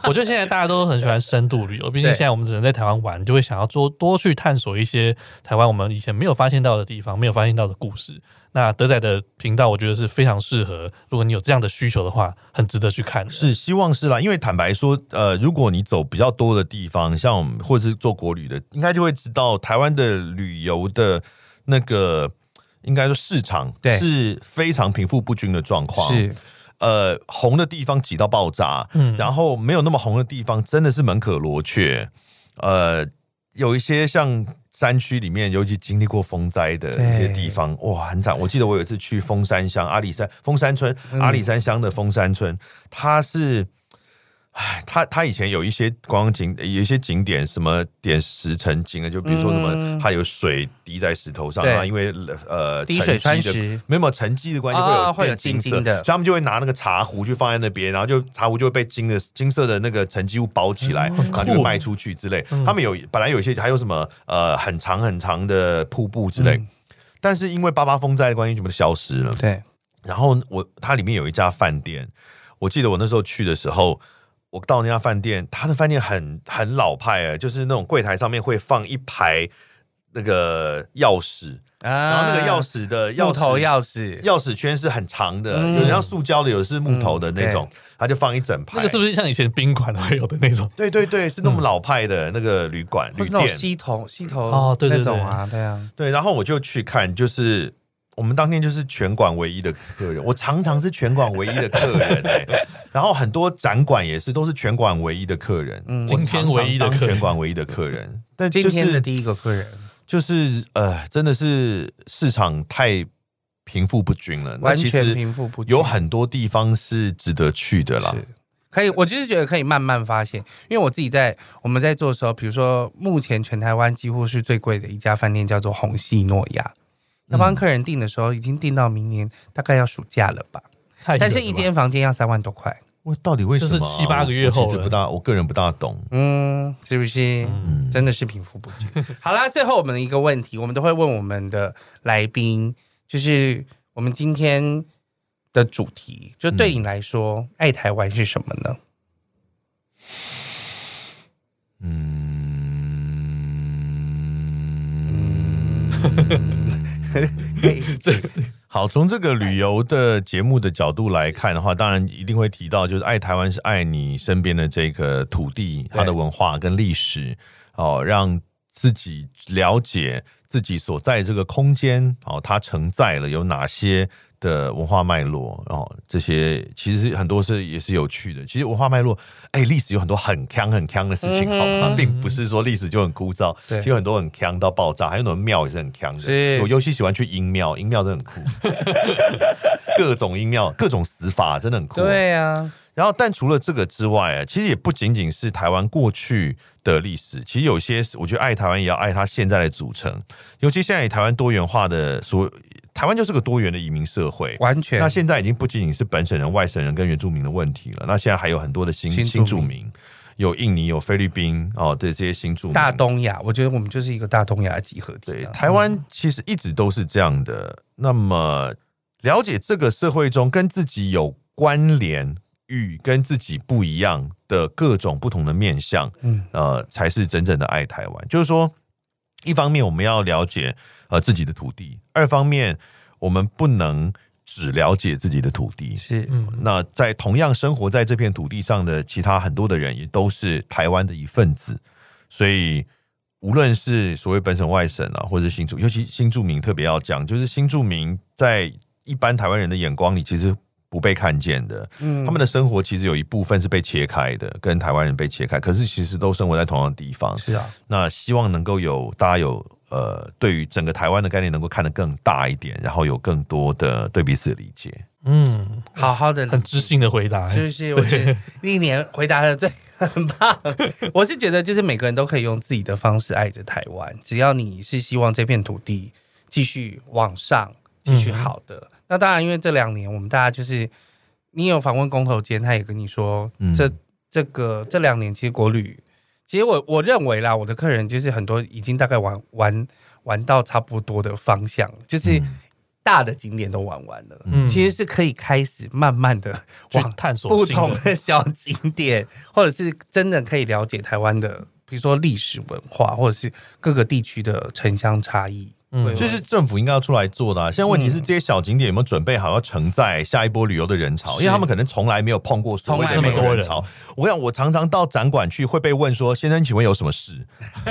S2: 我觉得现在大家都很喜欢深度旅游，毕竟
S3: 对
S2: 现在我们只能在台湾玩，就会想要多多去探索一些台湾我们以前没有发现到的地方，没有发现到的故事。那德仔的频道，我觉得是非常适合，如果你有这样的需求的话，很值得去看的。
S4: 是希望是啦，因为坦白说，呃，如果你走比较多的地方，像我们或者是做国旅的，应该就会知道台湾的旅游的那个应该说市场
S3: 对
S4: 是非常贫富不均的状况，
S3: 是，
S4: 呃红的地方挤到爆炸，
S2: 嗯
S4: 然后没有那么红的地方真的是门可罗雀，呃，有一些像。山区里面，尤其经历过风灾的一些
S3: 对
S4: 地方，哇，很惨。我记得我有一次去峰山乡阿里山峰山村
S3: 嗯
S4: 阿里山乡的峰山村，它是，唉，它它以前有一些观光景，有一些景点，什么点石成金啊，就比如说什么，
S3: 嗯
S4: 它有水滴在石头上，
S3: 对
S4: 然后因为呃
S3: 滴水
S4: 沉
S3: 穿
S4: 积的
S3: 石
S4: 没有没有沉积的关系会有
S3: 哦
S4: 变
S3: 会有
S4: 金色
S3: 金金的
S4: 所以他们就会拿那个茶壶去放在那边，然后就茶壶就会被金的金色的那个沉积物包起来，然后就会卖出去之类。他们有本来有一些还有什么呃很长很长的瀑布之类，但是因为八八风灾的关系，全部都消失了。
S3: 对，
S4: 然后我它里面有一家饭店，我记得我那时候去的时候，我到那家饭店，它的饭店很很老派哎、就是那种柜台上面会放一排那个钥匙，
S3: 啊，
S4: 然
S3: 然
S4: 后那个钥匙的钥匙
S3: 木头钥匙，
S4: 钥匙圈是很长的，
S3: 嗯
S4: 有的像塑胶的，有的是木头的那种，它就放一整
S2: 那
S4: 排
S2: 个。是不是像以前宾馆会有的那种？
S4: 对对对，是那么老派的那个旅馆、
S3: 或嗯
S4: 旅
S3: 哦是那种
S4: 店。
S3: 吸头吸头
S2: 哦对对
S3: 那种啊，对啊，
S4: 对，然后我就去看，就是我们当天就是全馆唯一的客人，我常常是全馆唯一的客人、欸、然后很多展馆也是都是全馆唯一的客人，
S3: 嗯
S4: 我
S2: 今天唯一的
S4: 常常
S2: 客
S4: 当
S2: 人
S4: 全馆唯一的客人。但
S3: 今
S4: 就
S3: 天的
S4: 是
S3: 第一个客人，
S4: 就是呃，真的是市场太贫富不均了，那
S3: 完
S4: 其
S3: 全
S4: 实
S3: 贫富不均
S4: 有很多地方是值得去的啦。
S3: 是可以，我就是觉得可以慢慢发现，因为我自己在我们在做的时候，比如说目前全台湾几乎是最贵的一家饭店叫做红系诺亚，那帮客人订的时候已经订到明年大概要暑假了吧，
S2: 太远
S3: 但是
S2: 了
S3: 一
S2: 吧
S3: 间房间要三万多块，
S4: 我到底为什么啊、
S2: 就是七八个月
S4: 我
S2: 后
S4: 我其实
S2: 了
S4: 不大，我个人不大懂。
S3: 嗯，是不是？真的是贫富不均。 好啦，最后我们的一个问题，我们都会问我们的来宾，就是我们今天的主题，就对你来说，爱台湾是什么呢？
S4: 嗯好，从这个旅游的节目的角度来看的话，当然一定会提到，就是爱台湾是爱你身边的这个土地、它的文化跟历史，哦，让自己了解自己所在这个空间，哦，它承载了有哪些的文化脉络，然、后这些其实很多是也是有趣的。其实文化脉络，哎，历史有很多很强很强的事情，好吗？并不是说历史就很枯燥，
S3: 嗯对
S4: 其实有很多很强到爆炸，还有很多庙也是很强的。
S3: 是
S4: 我尤其喜欢去阴庙，阴庙真的很酷。各种音庙、各种死法，真的很酷。，
S3: 对啊，
S4: 然后但除了这个之外啊，其实也不仅仅是台湾过去的历史，其实有些我觉得爱台湾也要爱它现在的组成，尤其现在以台湾多元化的所，台湾就是个多元的移民社会。
S3: 完全
S4: 那现在已经不仅仅是本省人、外省人跟原住民的问题了，那现在还有很多的新
S3: 新住
S4: 新
S3: 民
S4: 住民，有印尼、有菲律宾哦的这些新住民，
S3: 大东亚，我觉得我们就是一个大东亚的集合体
S4: 对，
S3: 啊。
S4: 台湾其实一直都是这样的。那么，了解这个社会中跟自己有关联与跟自己不一样的各种不同的面相，
S3: 嗯，
S4: 呃，才是真正的爱台湾。就是说，一方面我们要了解呃自己的土地，二方面我们不能只了解自己的土地。
S3: 是
S2: 嗯，
S4: 那在同样生活在这片土地上的其他很多的人，也都是台湾的一份子，所以无论是所谓本省外省啊，或者是新住，尤其新住民特别要讲，就是新住民在一般台湾人的眼光里，其实不被看见的，
S3: 嗯
S4: 他们的生活其实有一部分是被切开的，跟台湾人被切开，可是其实都生活在同样的地方，
S3: 是啊，
S4: 那希望能够有大家有呃，对于整个台湾的概念能够看得更大一点，然后有更多的对彼此的理解。
S2: 嗯，
S3: 好好的，
S2: 很知性的回答、哎
S3: 是不是？我觉得历年回答的最很棒。我是觉得，就是每个人都可以用自己的方式爱着台湾，只要你是希望这片土地继续往上，继续好的。嗯那当然，因为这两年我们大家就是，你有访问公投间，他也跟你说，
S4: 嗯
S3: 这这个这两年其实国旅，其实我我认为啦，我的客人就是很多已经大概玩玩玩到差不多的方向，
S4: 嗯
S3: 就是大的景点都玩完了。
S2: 嗯
S3: 其实是可以开始慢慢的
S2: 去
S3: 往
S2: 探索
S3: 不
S2: 新
S3: 同
S2: 的
S3: 的小景点，或者是真的可以了解台湾的，比如说历史文化，或者是各个地区的城乡差异。
S2: 嗯
S3: 对
S4: 这是政府应该要出来做的、啊。现在问题
S3: 嗯
S4: 是，这些小景点有没有准备好要承载下一波旅游的人潮？因为他们可能从来没有碰过所谓的
S3: 从来
S4: 没
S3: 没有
S4: 有人潮。我跟你讲，我常常到展馆去会被问说：“先生，请问有什么事？”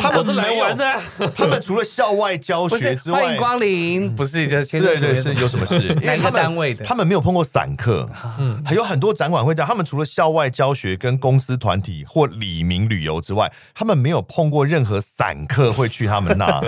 S4: 他们是来玩的，他们除了校外教
S3: 不是
S4: 学，之
S3: 欢
S4: 外嗯
S3: 迎。光临，不是就是先
S4: 对对，是有什么事？因
S3: 哪
S4: 为他
S3: 个
S4: 们
S3: 单位的？
S4: 他们没有碰过散客，
S2: 嗯
S4: 还有很多展馆会这样。他们除了校外教学、跟公司团体或李明旅游之外，他们没有碰过任何散客会去他们那。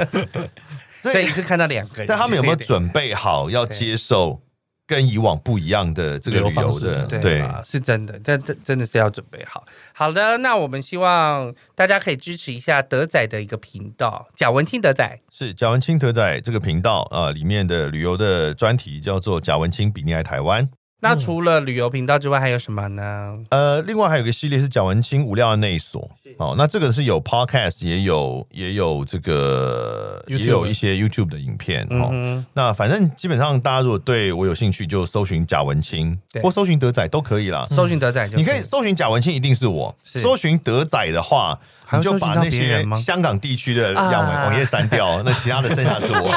S4: 对
S3: 所以一次看到两个人，
S4: 但他们有没有
S3: 对？
S4: 准备好要接受跟以往不一样的这个旅游的？
S3: 对
S4: 对，
S3: 啊是真的，但这真的是要准备好。好的，那我们希望大家可以支持一下德仔的一个频道，贾文清德仔。
S4: 是贾文清德仔这个频道啊、呃里面的旅游的专题叫做《贾文清比你爱台湾》。
S3: 那除了旅游频道之外，还有什么呢？
S4: 呃，另外还有一个系列是贾文清无料的内所，哦，那这个是有 podcast，也有也有这个
S2: YouTube
S4: 也有一些 YouTube 的影片哦。
S3: 嗯哼，
S4: 那反正基本上大家如果对我有兴趣，就搜寻贾文清
S3: 对
S4: 或搜寻德仔都可以啦。
S3: 搜寻德仔就
S4: 你可以搜寻贾文清，一定是我。
S3: 是
S4: 搜寻德仔的话，
S3: 还
S4: 你
S3: 要
S4: 就
S3: 搜寻
S4: 把
S3: 到
S4: 那
S3: 别
S4: 些
S3: 人吗
S4: 香港地区的
S3: 啊
S4: 样文网页删掉，那其他的剩下是 我。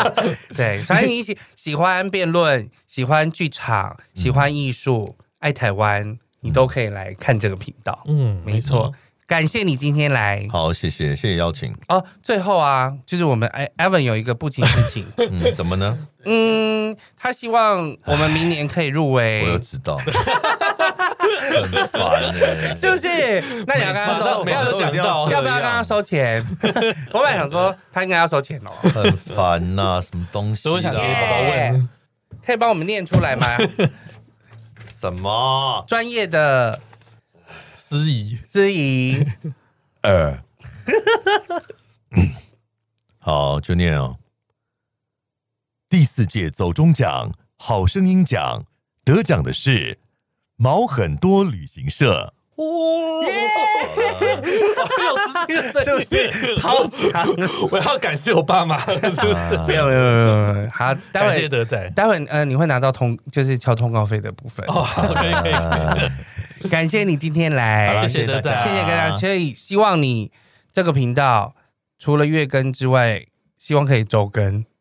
S3: 对，反正你喜喜欢辩论，喜欢剧场，
S2: 嗯
S3: 喜欢艺术，爱台湾，你都可以来看这个频道。
S2: 嗯，
S3: 没错，感谢你今天来
S4: 好，谢谢，谢谢邀请。
S3: 哦。最后啊，就是我们哎，Evan 有一个不情之 请，
S4: 嗯，怎么呢？
S3: 嗯，他希望我们明年可以入
S4: 我又
S3: 围，
S4: 知道，很烦哎。
S3: 是不是？那你要跟他
S2: 每次
S3: 说
S2: 都，没有想到
S3: 要不要跟他？收 钱？我本来想说他应该要收钱哦，
S4: 很烦呐，什么东西啊
S2: 所以我想 给宝
S4: 啦？
S2: 宝问，
S3: 可以帮我们念出来 吗？
S4: 什么？
S3: 专业的
S2: 司 仪
S3: 司仪，
S4: 二。 好，就念哦。第四届走中奖好声音奖得奖的是毛很多旅行社。
S2: 哇，很有自信的
S3: 是
S2: 声
S3: 不
S2: 音
S3: 是超 强？
S2: 我要感谢我爸妈，
S4: 啊
S3: 没有没有没有没有，好，待
S2: 感谢
S3: 会
S2: 德仔。
S3: 待会呃，你会拿到通就是敲通告费的部分。
S2: 哦，可以可 以，
S3: 感谢你今天
S4: 好
S3: 来，
S4: 啦
S2: 谢谢大家
S3: 谢谢大家，
S4: 啊
S3: 所以希望你这个频道除了月更之外，希望可以周更。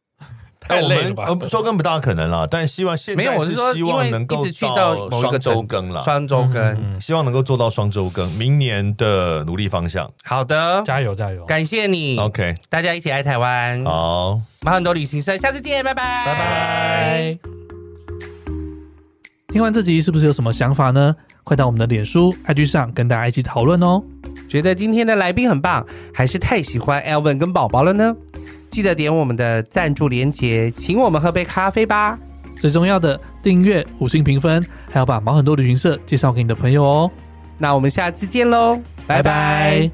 S2: 太累了吧
S4: 我？们呃周更不大可能了，但希望现
S3: 没
S4: 在
S3: 有，我
S4: 是
S3: 说
S4: 希
S3: 因为
S4: 望能
S3: 一
S4: 够
S3: 直去到某一个
S4: 双周
S3: 程
S4: 更了，
S3: 双周更。
S2: 嗯
S4: 希望能够做到双周更，明年的努力方向。
S3: 好的，
S2: 加油加油！
S3: 感谢你，
S4: OK，
S3: 大家一起爱台湾，
S4: 好。
S3: 麻烦多旅行社，下次见，拜拜，
S2: 拜。拜。听完这集是不是有什么想法呢？快到我们的脸书、IG 上跟大家一起讨论哦。
S3: 觉得今天的来宾很棒，还是太喜欢 Elvin 跟宝宝了呢？记得点我们的赞助连结，请我们喝杯咖啡吧。
S2: 最重要的，订阅、五星评分，还要把毛很多旅行社介绍给你的朋友哦。
S3: 那我们下次见喽，拜拜